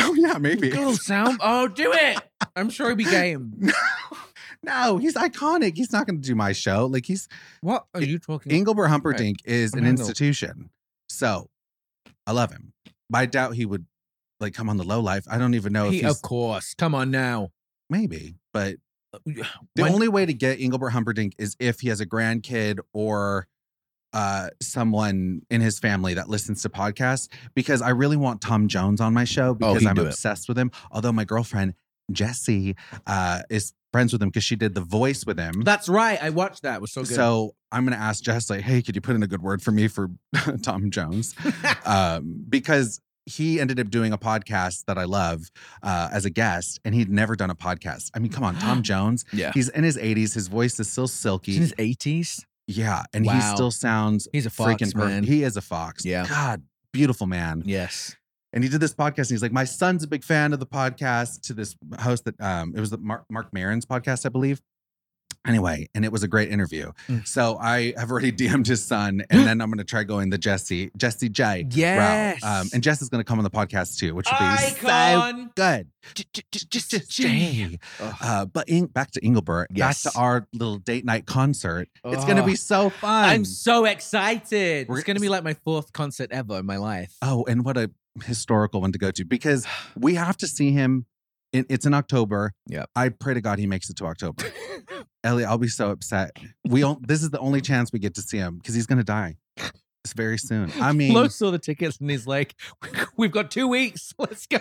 Speaker 3: Oh yeah, maybe. [laughs]
Speaker 4: Cool sound. Oh, do it. I'm sure he'd be game.
Speaker 3: No, he's iconic. He's not going to do my show. Like he's
Speaker 4: What are you talking?
Speaker 3: Engelbert Humperdinck is
Speaker 4: I'm
Speaker 3: an
Speaker 4: Engel.
Speaker 3: institution. So I love him, but I doubt he would like come on the low life. I don't even know if
Speaker 4: He,
Speaker 3: he's
Speaker 4: of course. Come on now.
Speaker 3: maybe, but
Speaker 4: The
Speaker 3: the only way to get Engelbert Humperdinck is if he has a grandkid or uh someone in his family that listens to podcasts because I really want Tom Jones on my show because
Speaker 4: Oh, he'd
Speaker 3: I'm
Speaker 4: do it.
Speaker 3: obsessed with him. Although my girlfriend Jessie uh is friends with him because she did the voice with him.
Speaker 4: That's right. I watched that. It was so good.
Speaker 3: So I'm gonna ask Jess, like, hey, could you put in a good word for me for [laughs] Tom
Speaker 4: [laughs]
Speaker 3: Jones? um, because he ended up doing a podcast that I love uh, as a guest, and he'd never done a podcast. I mean, come on,
Speaker 4: [gasps]
Speaker 3: Tom Jones.
Speaker 4: Yeah.
Speaker 3: He's in his 80s. His voice is still silky.
Speaker 4: He's in his 80s.
Speaker 3: yeah, and he
Speaker 4: Wow.
Speaker 3: still sounds
Speaker 4: He's a fox,
Speaker 3: freaking perfect.
Speaker 4: man.
Speaker 3: He is a fox.
Speaker 4: Yeah.
Speaker 3: God, beautiful man.
Speaker 4: Yes.
Speaker 3: And he did this podcast, and he's like, my son's a big fan of the podcast. To this host that um, it was the Mark Mark Maron's podcast, I believe. Anyway, and it was a great interview.
Speaker 4: Mm.
Speaker 3: So I have already [laughs] DM'd his son, and then I'm going to try going the Jesse Jesse J.
Speaker 4: Yes.
Speaker 3: route. Um, and Jess is going to come on the podcast too, which will be so
Speaker 4: Icon.
Speaker 3: good.
Speaker 4: Just
Speaker 3: Just Jay. Uh, but in, back to Engelbert,
Speaker 4: Yes.
Speaker 3: back to our little date night concert. It's going to
Speaker 4: Ugh.
Speaker 3: be so fun.
Speaker 4: I'm so excited.
Speaker 3: Um, We're-
Speaker 4: It's going to be like my fourth concert ever in my life. [laughs]
Speaker 3: Oh, and what a historical one to go to because we have to see him. In, it's in October.
Speaker 4: Yep.
Speaker 3: I pray to God he makes it to October. Ellie, I'll be so upset. We don't, this is the only chance we get to see him because he's going to die. It's very soon. I mean, [laughs]
Speaker 4: Flo saw the tickets and he's like, [laughs] "We've got two weeks. [laughs]
Speaker 3: [laughs]
Speaker 4: Let's go."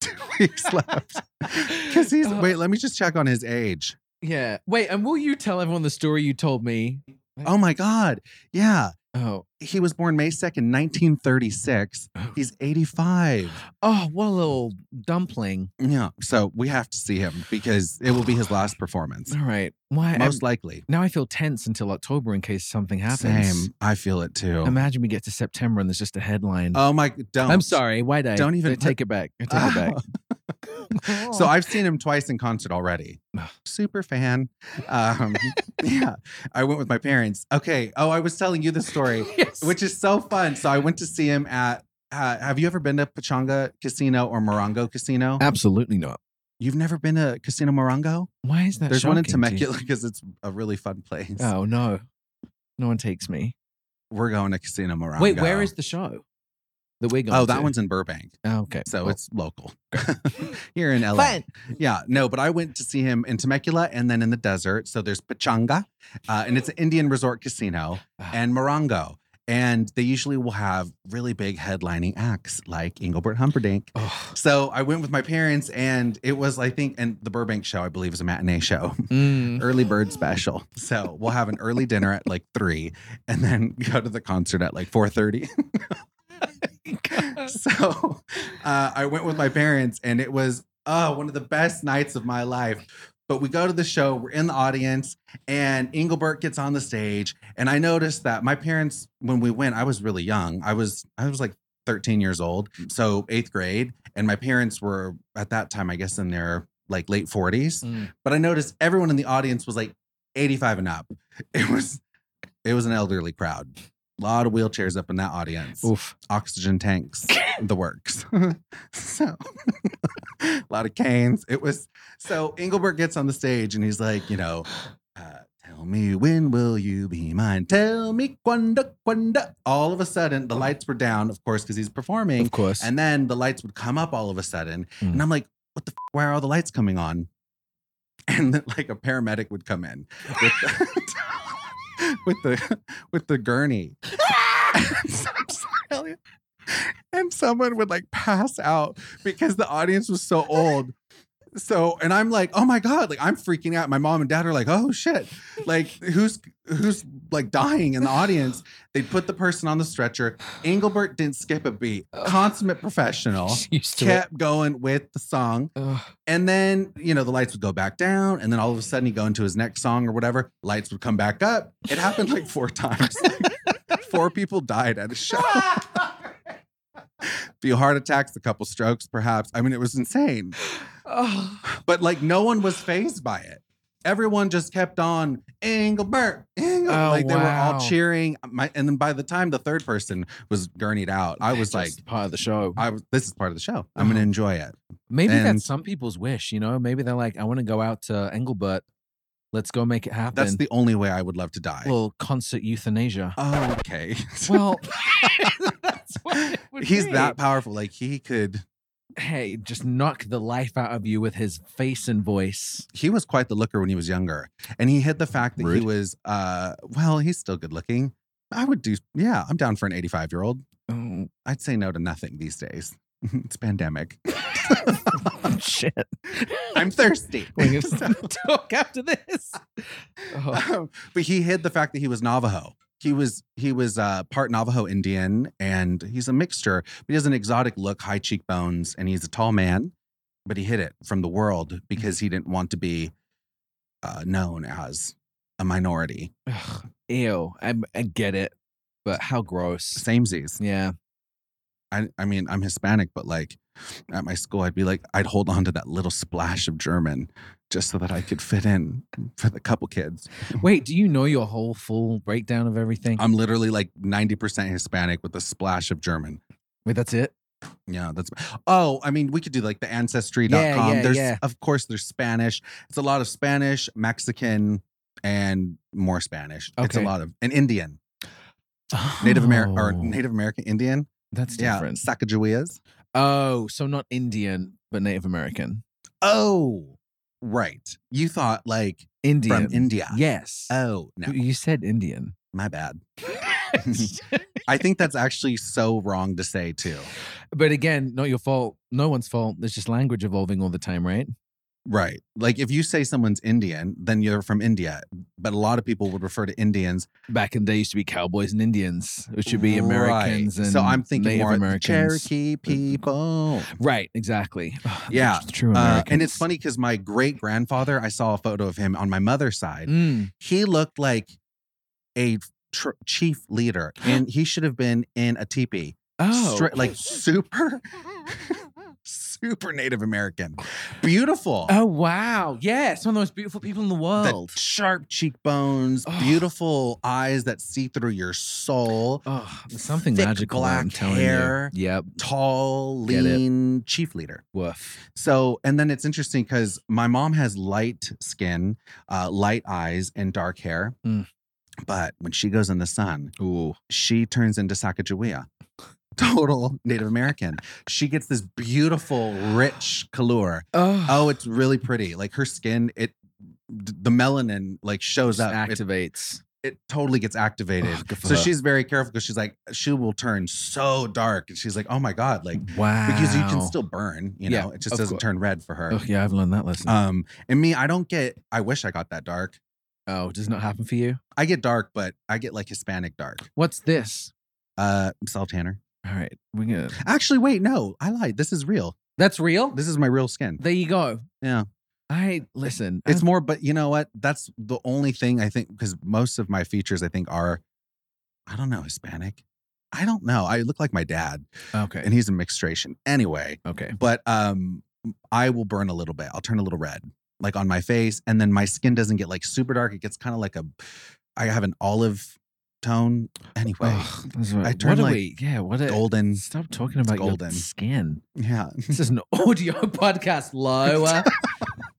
Speaker 3: two weeks left. Because he's, wait, let me just check on his age.
Speaker 4: yeah. Wait, and will you tell everyone the story you told me?
Speaker 3: Oh my God. Yeah.
Speaker 4: Oh,
Speaker 3: He was born May 2nd, 1936. He's 85.
Speaker 4: oh, what a little dumpling.
Speaker 3: Yeah. So we have to see him because it will be his last performance,
Speaker 4: All right. Why? I'm-
Speaker 3: most likely.
Speaker 4: now I feel tense until October in case something happens.
Speaker 3: Same. I feel it too.
Speaker 4: Imagine we get to September and there's just a headline.
Speaker 3: Oh my, don't.
Speaker 4: I'm sorry. Why did I?
Speaker 3: Don't even
Speaker 4: I take
Speaker 3: [laughs]
Speaker 4: it back. I take it back.
Speaker 3: so I've seen him twice in concert already. Super fan. Um, [laughs] yeah, I went with my parents. Okay. Oh, I was telling you the story,
Speaker 4: [laughs] Yes.
Speaker 3: which is so fun. So I went to see him at. Uh, have you ever been to Pachanga Casino or Morongo
Speaker 4: Uh,
Speaker 3: Casino?
Speaker 4: Absolutely not.
Speaker 3: You've never been to Casino Morongo?
Speaker 4: Why is that?
Speaker 3: There's one in
Speaker 4: shocking to you?
Speaker 3: Temecula [laughs] because it's a really fun place.
Speaker 4: Oh no, no one takes me.
Speaker 3: We're going to Casino Morongo.
Speaker 4: Wait, where is the show that we're going?
Speaker 3: Oh, that
Speaker 4: to?
Speaker 3: one's in Burbank,
Speaker 4: Oh, okay.
Speaker 3: so
Speaker 4: Well,
Speaker 3: it's local. [laughs] Here in LA. Yeah, no, but I went to see him in Temecula and then in the desert. So there's Pachanga, uh, and it's an Indian resort casino, and Morongo. And they usually will have really big headlining acts like Engelbert Humperdinck.
Speaker 4: oh.
Speaker 3: [laughs] So I went with my parents, and it was, I think, and the Burbank show, I believe, is a matinee show,
Speaker 4: Mm.
Speaker 3: early bird special. So we'll have an early dinner at like three, and then go to the concert at like four thirty. [laughs] so uh, I went with my parents, and it was oh, one of the best nights of my life. But we go to the show, we're in the audience, and Engelbert gets on the stage. And I noticed that my parents, when we went, I was really young. I was I was like 13 years old, so eighth grade. And my parents were at that time, I guess, in their like late 40s.
Speaker 4: Mm.
Speaker 3: But I noticed everyone in the audience was like 85 and up. [laughs] It was it was an elderly crowd. A lot of wheelchairs up in that audience
Speaker 4: Oof.
Speaker 10: [laughs]
Speaker 3: oxygen tanks, the works. [laughs] so [laughs] a lot of canes. It was so Engelbert gets on the stage and he's like, you know, uh, tell me when will you be mine? Tell me cuando, cuando. All of a sudden, the lights were down, of course, because he's performing.
Speaker 10: Of course.
Speaker 4: [laughs]
Speaker 3: And then the lights would come up all of a sudden.
Speaker 4: Mm.
Speaker 3: And I'm like, what the f- why are all the lights coming on? [laughs] And then, like a paramedic would come in with the [laughs] with the, with the gurney. [laughs] I'm so sorry, Elliot. And someone would like pass out because the audience was so old. So and I'm like, oh my god, like I'm freaking out. My mom and dad are like, oh shit, like who's who's like dying in the audience? They put the person on the stretcher. Engelbert didn't skip a beat. Consummate professional
Speaker 10: Used to it.
Speaker 3: kept going with the song.
Speaker 10: Ugh.
Speaker 3: And then, you know, the lights would go back down. And then all of a sudden he'd go into his next song or whatever. Lights would come back up. It happened like four times. [laughs] four people died at a show. [laughs] few heart attacks, a couple strokes, perhaps. I mean, it was insane. But like no one was phased by it. Everyone just kept on Engelbert, Engelbert.
Speaker 10: Oh,
Speaker 3: like they were
Speaker 10: wow.
Speaker 3: all cheering. My, and then by the time the third person was gurneyed out, I was like,
Speaker 10: Just Uh-huh. part of the show.
Speaker 3: I was, this is part of the show. I'm gonna enjoy it.
Speaker 4: Maybe
Speaker 3: And-
Speaker 4: that's some people's wish, you know? Maybe they're like, I want to go out to Engelbert. Let's go make it happen.
Speaker 3: That's the only way I would love to die.
Speaker 4: little
Speaker 3: [laughs]
Speaker 4: concert euthanasia.
Speaker 3: oh, okay.
Speaker 4: Well, [laughs] that's what it would
Speaker 3: He's
Speaker 4: be.
Speaker 3: that powerful. Like he could.
Speaker 4: Hey, just knock the life out of you with his face and voice.
Speaker 3: He was quite the looker when he was younger, and he hid the fact that he
Speaker 10: Rude.
Speaker 3: was. uh Well, he's still good looking. I would do. Yeah, I'm down for an 85 year old.
Speaker 4: [laughs] Oh,
Speaker 3: I'd say no to nothing these days. [laughs] it's pandemic.
Speaker 4: Oh,
Speaker 10: shit.
Speaker 3: [laughs] I'm [laughs]
Speaker 4: [laughs]
Speaker 3: thirsty.
Speaker 10: We need
Speaker 3: So-
Speaker 10: to talk after this.
Speaker 3: [laughs]
Speaker 10: Oh.
Speaker 3: Um, but he hid the fact that he was Navajo. He was he was uh, part Navajo Indian, and he's a mixture. But he has an exotic look, high cheekbones, and he's a tall man. But he hid it from the world because he didn't want to be uh, known as a minority.
Speaker 10: Ugh, ew. I, I get it, but how gross.
Speaker 3: Samesies. [laughs]
Speaker 10: Yeah.
Speaker 3: I, I mean, I'm Hispanic, but like at my school, I'd be like, I'd hold on to that little splash of German just so that I could fit in for the couple kids.
Speaker 4: Wait, do you know your whole full breakdown of everything?
Speaker 3: I'm literally like 90% Hispanic with a splash of German.
Speaker 4: Wait, that's it?
Speaker 3: Yeah, that's oh, I mean, we could do like the ancestry.com.
Speaker 4: Yeah, yeah,
Speaker 3: there's
Speaker 4: yeah.
Speaker 3: of course there's Spanish. It's a lot of Spanish, Mexican, and more Spanish. It's a
Speaker 4: Okay.
Speaker 3: lot of and Indian. [gasps] Native American or
Speaker 4: Oh,
Speaker 3: Native American Indian.
Speaker 10: That's different.
Speaker 3: Yeah. Sacagaweas.
Speaker 10: Oh, so not Indian, but Native American.
Speaker 3: Oh, right. You thought like
Speaker 4: Indian.
Speaker 3: from India.
Speaker 4: Yes.
Speaker 3: Oh, no.
Speaker 4: You
Speaker 3: [laughs]
Speaker 4: said Indian. [laughs]
Speaker 3: My bad. I think that's actually so wrong to say too.
Speaker 4: But again, not your fault. No one's fault. It's just language evolving all the time, right?
Speaker 3: Right. Like if you say someone's Indian, then you're from India. But a lot of people would refer to Indians
Speaker 10: Back in the day, used to be cowboys and Indians, which should be Americans
Speaker 3: Right.
Speaker 10: and
Speaker 3: so I'm thinking
Speaker 10: Native
Speaker 3: more
Speaker 10: Americans.
Speaker 3: Cherokee people.
Speaker 10: Right,
Speaker 4: [sighs]
Speaker 10: exactly. Ugh, the
Speaker 3: Yeah,
Speaker 10: tr- true
Speaker 3: Uh,
Speaker 10: Americans.
Speaker 3: and it's funny because my great grandfather, I saw a photo of him on my mother's side.
Speaker 10: Mm.
Speaker 3: He looked like a tr- chief leader, and he should have been in a teepee.
Speaker 10: Oh,
Speaker 3: Stra- like super, [laughs] super Native American, beautiful.
Speaker 4: Oh, wow. Yes. One of the most beautiful people in the
Speaker 3: The
Speaker 4: world.
Speaker 3: sharp cheekbones,
Speaker 10: Ugh.
Speaker 3: beautiful eyes that see through your soul.
Speaker 4: Oh, there's something
Speaker 3: thick
Speaker 4: magical. I'm
Speaker 3: black
Speaker 4: telling
Speaker 3: hair.
Speaker 4: you. Yep.
Speaker 3: Tall,
Speaker 4: Get it.
Speaker 3: lean chief leader.
Speaker 4: Woof.
Speaker 3: So, and then it's interesting because my mom has light skin, uh, light eyes, and dark hair.
Speaker 4: Mm.
Speaker 3: But when she goes in the sun,
Speaker 10: Ooh.
Speaker 3: she turns into Sacagawea, [laughs] total Native American. she gets this beautiful, rich
Speaker 10: [sighs]
Speaker 3: color.
Speaker 10: Oh,
Speaker 3: Oh, it's really pretty. Like her skin, it d- the melanin like shows
Speaker 10: Just
Speaker 3: up. It- Oh,
Speaker 10: activates.
Speaker 3: It, it totally gets activated.
Speaker 10: Oh, good for
Speaker 3: so
Speaker 10: her.
Speaker 3: she's very careful because she's like, she will turn so dark. And she's like, oh my God, like,
Speaker 10: Wow.
Speaker 3: because you can still burn, you
Speaker 10: Yeah,
Speaker 3: know, it just
Speaker 10: of
Speaker 3: doesn't
Speaker 10: course.
Speaker 3: turn red for her.
Speaker 10: Oh, yeah, I've learned that lesson.
Speaker 3: Um, and me, I don't get, I wish I got that dark.
Speaker 10: oh, does it not happen for you?
Speaker 3: I get dark, but I get like Hispanic dark.
Speaker 10: What's this?
Speaker 3: Uh, Sal Tanner.
Speaker 10: All right, we're
Speaker 3: [laughs]
Speaker 10: gonna.
Speaker 3: Actually, wait, no, I lied. This is real.
Speaker 10: That's real.
Speaker 3: This is my real skin.
Speaker 10: There you go.
Speaker 3: Yeah.
Speaker 10: I listen.
Speaker 3: It's more, but you know what? That's the only thing I think because most of my features I think are, I don't know, Hispanic. I don't know. I look like my dad,
Speaker 10: okay.
Speaker 3: and he's a mixtration anyway.
Speaker 10: okay.
Speaker 3: But um, I will burn a little bit. I'll turn a little red, like on my face, and then my skin doesn't get like super dark. It gets kind of like a, I have an olive tone anyway.
Speaker 10: Ugh, that's what,
Speaker 3: I
Speaker 10: what
Speaker 3: turned,
Speaker 10: are
Speaker 3: like,
Speaker 10: we? Yeah. What? A,
Speaker 3: golden.
Speaker 10: Stop talking about
Speaker 3: golden.
Speaker 10: golden
Speaker 3: [laughs]
Speaker 10: skin.
Speaker 3: Yeah,
Speaker 10: This is an audio [laughs] podcast, Lower.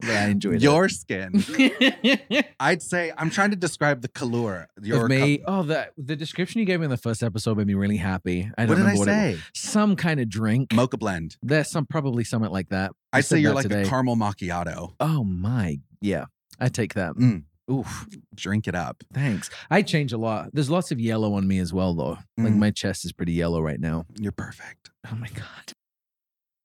Speaker 10: but I enjoyed
Speaker 3: your
Speaker 10: [laughs]
Speaker 3: skin.
Speaker 10: it.
Speaker 3: I'd say I'm trying to describe the color. [laughs] Your
Speaker 10: Of me.
Speaker 3: co-
Speaker 10: oh, the the description you gave me in the first episode made me really happy. I don't
Speaker 3: what did
Speaker 10: remember
Speaker 3: I
Speaker 10: what it
Speaker 3: say?
Speaker 10: was. Some kind of drink.
Speaker 3: Mocha blend.
Speaker 10: There's some probably something like that. You
Speaker 3: I'd say
Speaker 10: said
Speaker 3: you're
Speaker 10: that
Speaker 3: like a
Speaker 10: today.
Speaker 3: caramel macchiato.
Speaker 10: Oh my, yeah. I take that.
Speaker 3: Mm.
Speaker 10: Oof,
Speaker 3: Drink it up.
Speaker 10: thanks. I change a lot. There's lots of yellow on me as well, though. Like
Speaker 3: Mm.
Speaker 10: my chest is pretty yellow right now.
Speaker 3: You're perfect.
Speaker 10: Oh my god.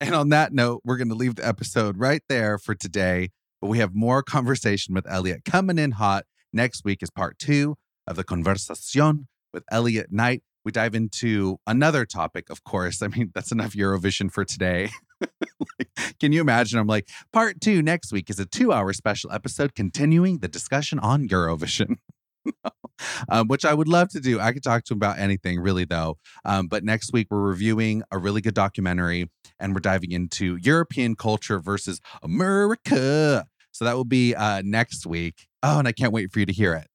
Speaker 3: And on that note, we're going to leave the episode right there for today. But we have more conversation with Elliot coming in hot. Next week is part two of the conversacion with Elliot Knight. We dive into another topic, of course. I mean, that's enough Eurovision for today. [laughs] Like, can you imagine? I'm like, part two next week is a two hour special episode continuing the discussion on Eurovision, [laughs] um, which I would love to do. I could talk to him about anything, really, though. Um, but next week, we're reviewing a really good documentary and we're diving into European culture versus America. So that will be uh, next week. Oh, and I can't wait for you to hear it.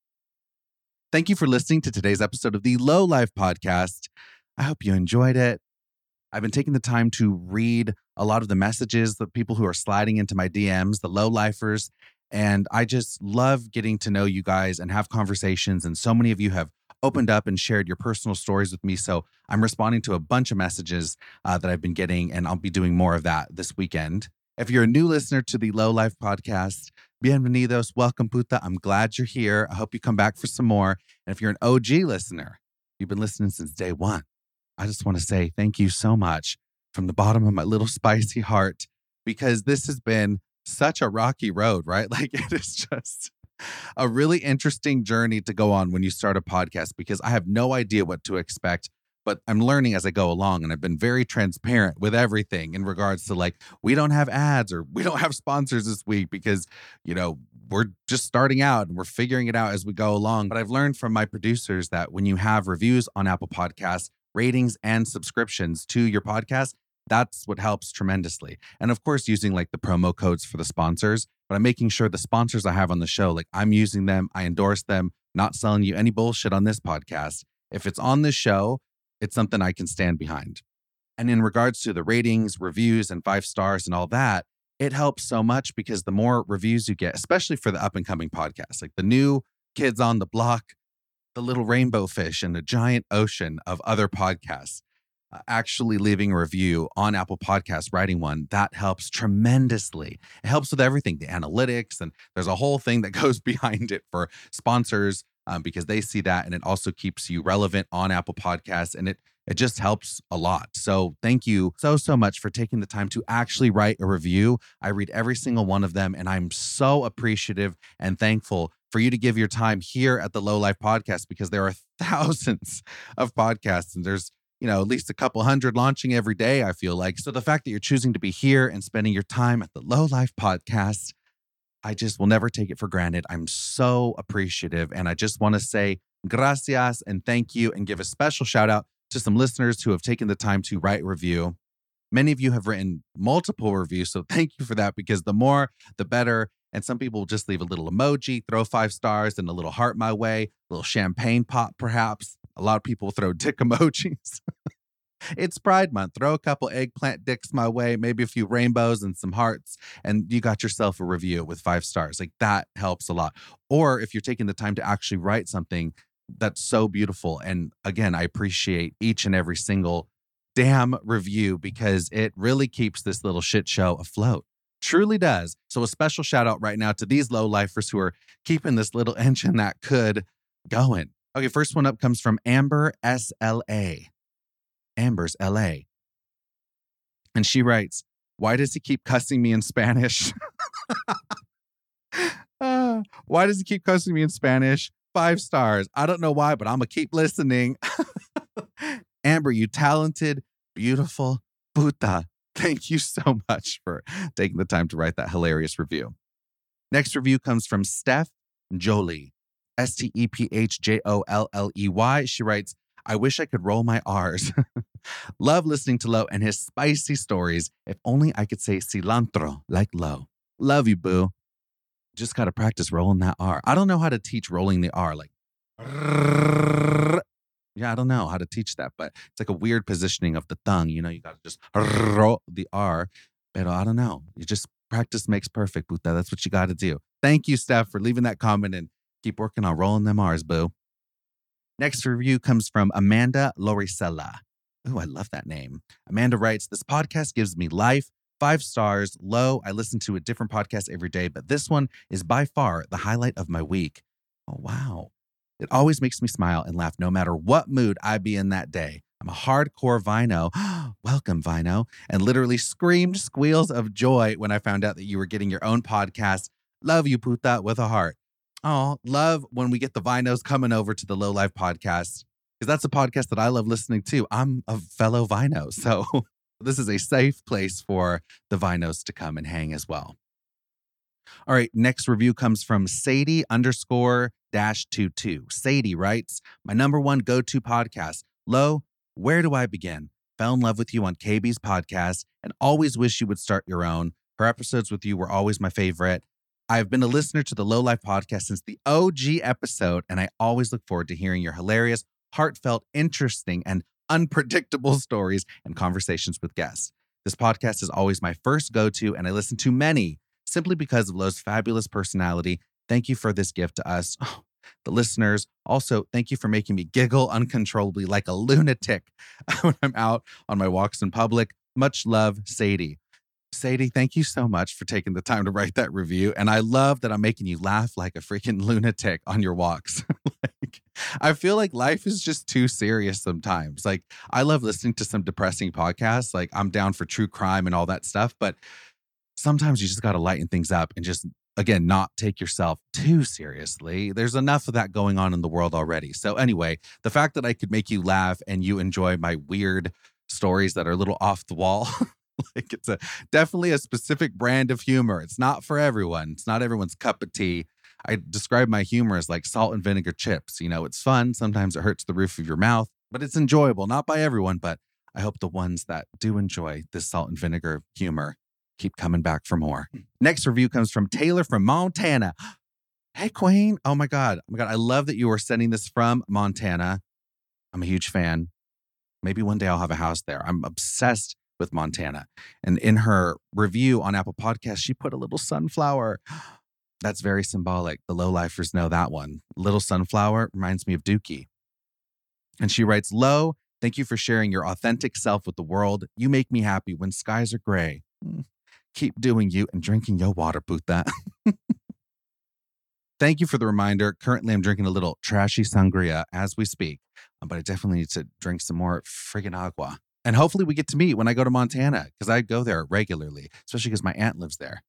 Speaker 3: Thank you for listening to today's episode of the Low Life Podcast. I hope you enjoyed it. I've been taking the time to read a lot of the messages, the people who are sliding into my DMs, the low lifers. And I just love getting to know you guys and have conversations. And so many of you have opened up and shared your personal stories with me. So I'm responding to a bunch of messages uh, that I've been getting, and I'll be doing more of that this weekend. If you're a new listener to the Low Life podcast, bienvenidos, welcome, puta. I'm glad you're here. I hope you come back for some more. And if you're an OG listener, you've been listening since day one. I just want to say thank you so much from the bottom of my little [laughs] spicy heart because this has been such a rocky road, right? [laughs] Like it is just a really interesting journey to go on when you start a podcast because I have no idea what to expect but I'm learning as I go along and I've been very transparent with everything in regards to like we don't have ads or we don't have sponsors this week because you know we're just starting out and we're figuring it out as we go along but I've learned from my producers that when you have reviews on Apple Podcasts ratings and subscriptions to your podcast that's what helps tremendously and of course using like the promo codes for the sponsors but I'm making sure the sponsors I have on the show like I'm using them I endorse them not selling you any bullshit on this podcast if it's on this show it's something I can stand behind. And in regards to the ratings, reviews, and five stars and all that, it helps so much because the more reviews you get, especially for the up and coming podcasts, like the new kids on the block, the little rainbow fish, and the giant ocean of other podcasts, uh, actually leaving a review on Apple Podcasts, writing one, that helps tremendously. It helps with everything the analytics, and there's a whole thing that [laughs] goes behind it for sponsors um, because they see that and it also keeps you relevant on Apple Podcasts and it it just helps a lot. So thank you so so much for taking the time to actually write a review. I read every single one of them and I'm so appreciative and thankful for you to give your time here at the Low Life Podcast because there are [laughs] thousands of podcasts and there's you know, at least a couple hundred launching every day, I feel like. So the fact that you're choosing to be here and spending your time at the Low Life Podcast I just will never take it for granted. I'm so appreciative. And I just want to say gracias and thank you and give a special shout out to some listeners who have taken the time to write a review. Many of you have written multiple reviews. So thank you for that because the more, the better. And some people just leave a little emoji, throw five stars and a little heart my way, a little champagne pop, perhaps. A lot of people throw dick [laughs] emojis. it's Pride Month. Throw a couple eggplant dicks my way, maybe a few rainbows and some hearts and you got yourself a review with five stars. Like that helps a lot. Or if you're taking the time to actually write something that's so beautiful. And again, I appreciate each and every single damn review because it really keeps this little shit show afloat. Truly [laughs] does. So a special shout out right now to these low lifers who are keeping this little engine that could going. Okay, first one up comes from Amber SLA. Amber's LA. And she writes, Why does he keep cussing me in Spanish? [laughs] Uh, why does he keep cussing me in Spanish? Five stars. I don't know why, but I'm going to keep listening. [laughs] Amber, you talented, beautiful puta. Thank you so much for taking the time to write that hilarious review. Next review comes from Steph Jolie, S T E P H J O L L E Y. She writes, I wish I could roll my R's. Love listening to Lo and his spicy stories. If only I could say cilantro like Lo. Love you, boo. Just got to practice rolling that R. I don't know how to teach rolling the R. Like, yeah, I don't know how to teach that, but it's like a weird positioning of the tongue. You know, you got to just roll the R. But I don't know. You just practice makes perfect, Buta. That's what you got to do. Thank you, Steph, for leaving that comment and keep working on rolling them R's, boo. Next review comes from Amanda Lorisella. Ooh, I love that name. Amanda writes, This podcast gives me life. Five stars, low. I listen to a different podcast every day, but this one is by far the highlight of my week. Oh, wow. It always makes me smile and laugh no matter what mood I be in that day. I'm a hardcore vino. [gasps] Welcome, vino. And literally screamed squeals of joy when I found out that you were getting your own podcast. Love you, puta, with a heart. Oh, love when we get the vinos coming over to the Low Life podcast because that's a podcast that I love listening to. I'm a fellow vino, [laughs] so this is a safe place for the vinos to come and hang as well. All right, next review comes from Sadie underscore dash two two. Sadie writes, "My number one go to podcast. Low, where do I begin? Fell in love with you on KB's podcast, and always wish you would start your own. Her episodes with you were always my favorite." I've been a listener to the Low Life podcast since the OG episode, and I always look forward to hearing your hilarious, heartfelt, interesting, and unpredictable [laughs] stories and conversations with guests. This podcast is always my first go to, and I listen to many simply because of Lowe's fabulous personality. Thank you for this gift to us, oh, the listeners. Also, thank you for making me giggle uncontrollably like a lunatic [laughs] when I'm out on my walks in public. Much love, Sadie. Sadie, thank you so much for taking the time to write that review. And I love that I'm making you laugh like a freaking [laughs] lunatic on your walks. [laughs] like, I feel like life is just too serious sometimes. Like, I love listening to some depressing podcasts. Like, I'm down for true crime and all that stuff. But sometimes you just got to lighten things up and just, again, not take yourself too seriously. There's enough of that going on in the world already. So, anyway, the fact that I could make you laugh and you enjoy my weird stories that are a little off the wall. [laughs] like it's a definitely a specific brand of humor. It's not for everyone. It's not everyone's cup of tea. I describe my humor as like salt and vinegar chips. You know, it's fun. Sometimes it hurts the roof of your mouth, but it's enjoyable. Not by everyone, but I hope the ones that do enjoy this salt and vinegar humor keep coming back for more. Next review comes from Taylor from Montana. Hey, Queen. Oh my God. Oh my God. I love that you are sending this from Montana. I'm a huge fan. Maybe one day I'll have a house there. I'm obsessed with Montana. And in her review on Apple Podcasts, she put a little sunflower. [gasps] That's very symbolic. The lowlifers know that one. Little sunflower reminds me of Dookie. And she writes, Low, thank you for sharing your authentic self with the world. You make me happy when skies are gray. Mm. Keep doing you and drinking your water, Buddha. [laughs] thank you for the reminder. Currently, I'm drinking a little trashy sangria as we speak, uh, but I definitely need to drink some more friggin' agua. And hopefully we get to meet when I go to Montana because I go there regularly, especially because my aunt lives there.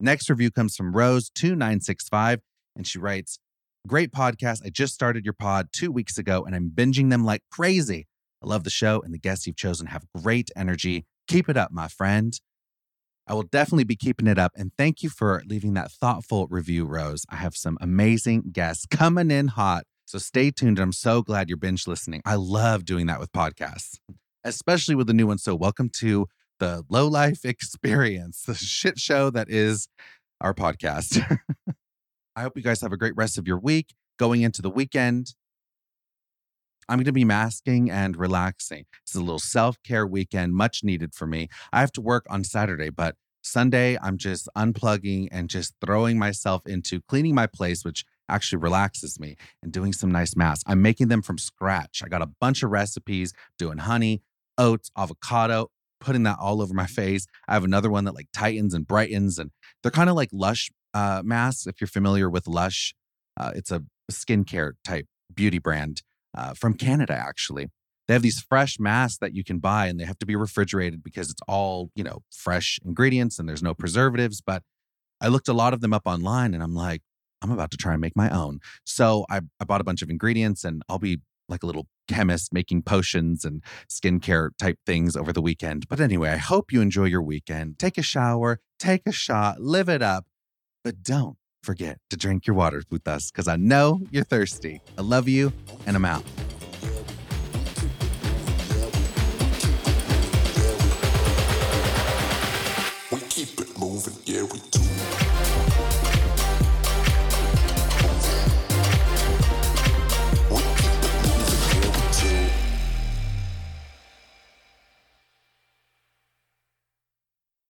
Speaker 3: Next review comes from Rose2965, and she writes Great podcast. I just started your pod two weeks ago and I'm binging them like crazy. I love the show, and the guests you've chosen have great energy. Keep it up, my friend. I will definitely be keeping it up. And thank you for leaving that thoughtful review, Rose. I have some amazing guests coming in hot. So stay tuned. I'm so glad you're binge listening. I love doing that with podcasts especially with the new one. So, welcome to the low life [laughs] experience, the shit show that is our podcast. [laughs] I hope you guys have a great rest of your week going into the weekend. I'm going to be masking and relaxing. It's a little self care weekend, much needed for me. I have to work on Saturday, but Sunday, I'm just unplugging and just throwing myself into cleaning my place, which actually relaxes me, and doing some nice masks. I'm making them from scratch. I got a bunch of recipes, doing honey, oats, avocado, putting that all over my face. I have another one that like tightens and brightens, and they're kind of like Lush uh, masks. If you're familiar with Lush, uh, it's a skincare type beauty brand uh, from Canada, actually. They have these fresh masks that you can buy and they have to be refrigerated because it's all, you know, fresh ingredients and there's no preservatives. But I looked a lot of them up online and I'm like, I'm about to try and make my own. So I, I bought a bunch of ingredients and I'll be like a little chemist making potions and skincare type things over the weekend. But anyway, I hope you enjoy your weekend. Take a shower, take a shot, live it up, but don't forget to drink your water, putas, because I know you're thirsty. I love you, and I'm out.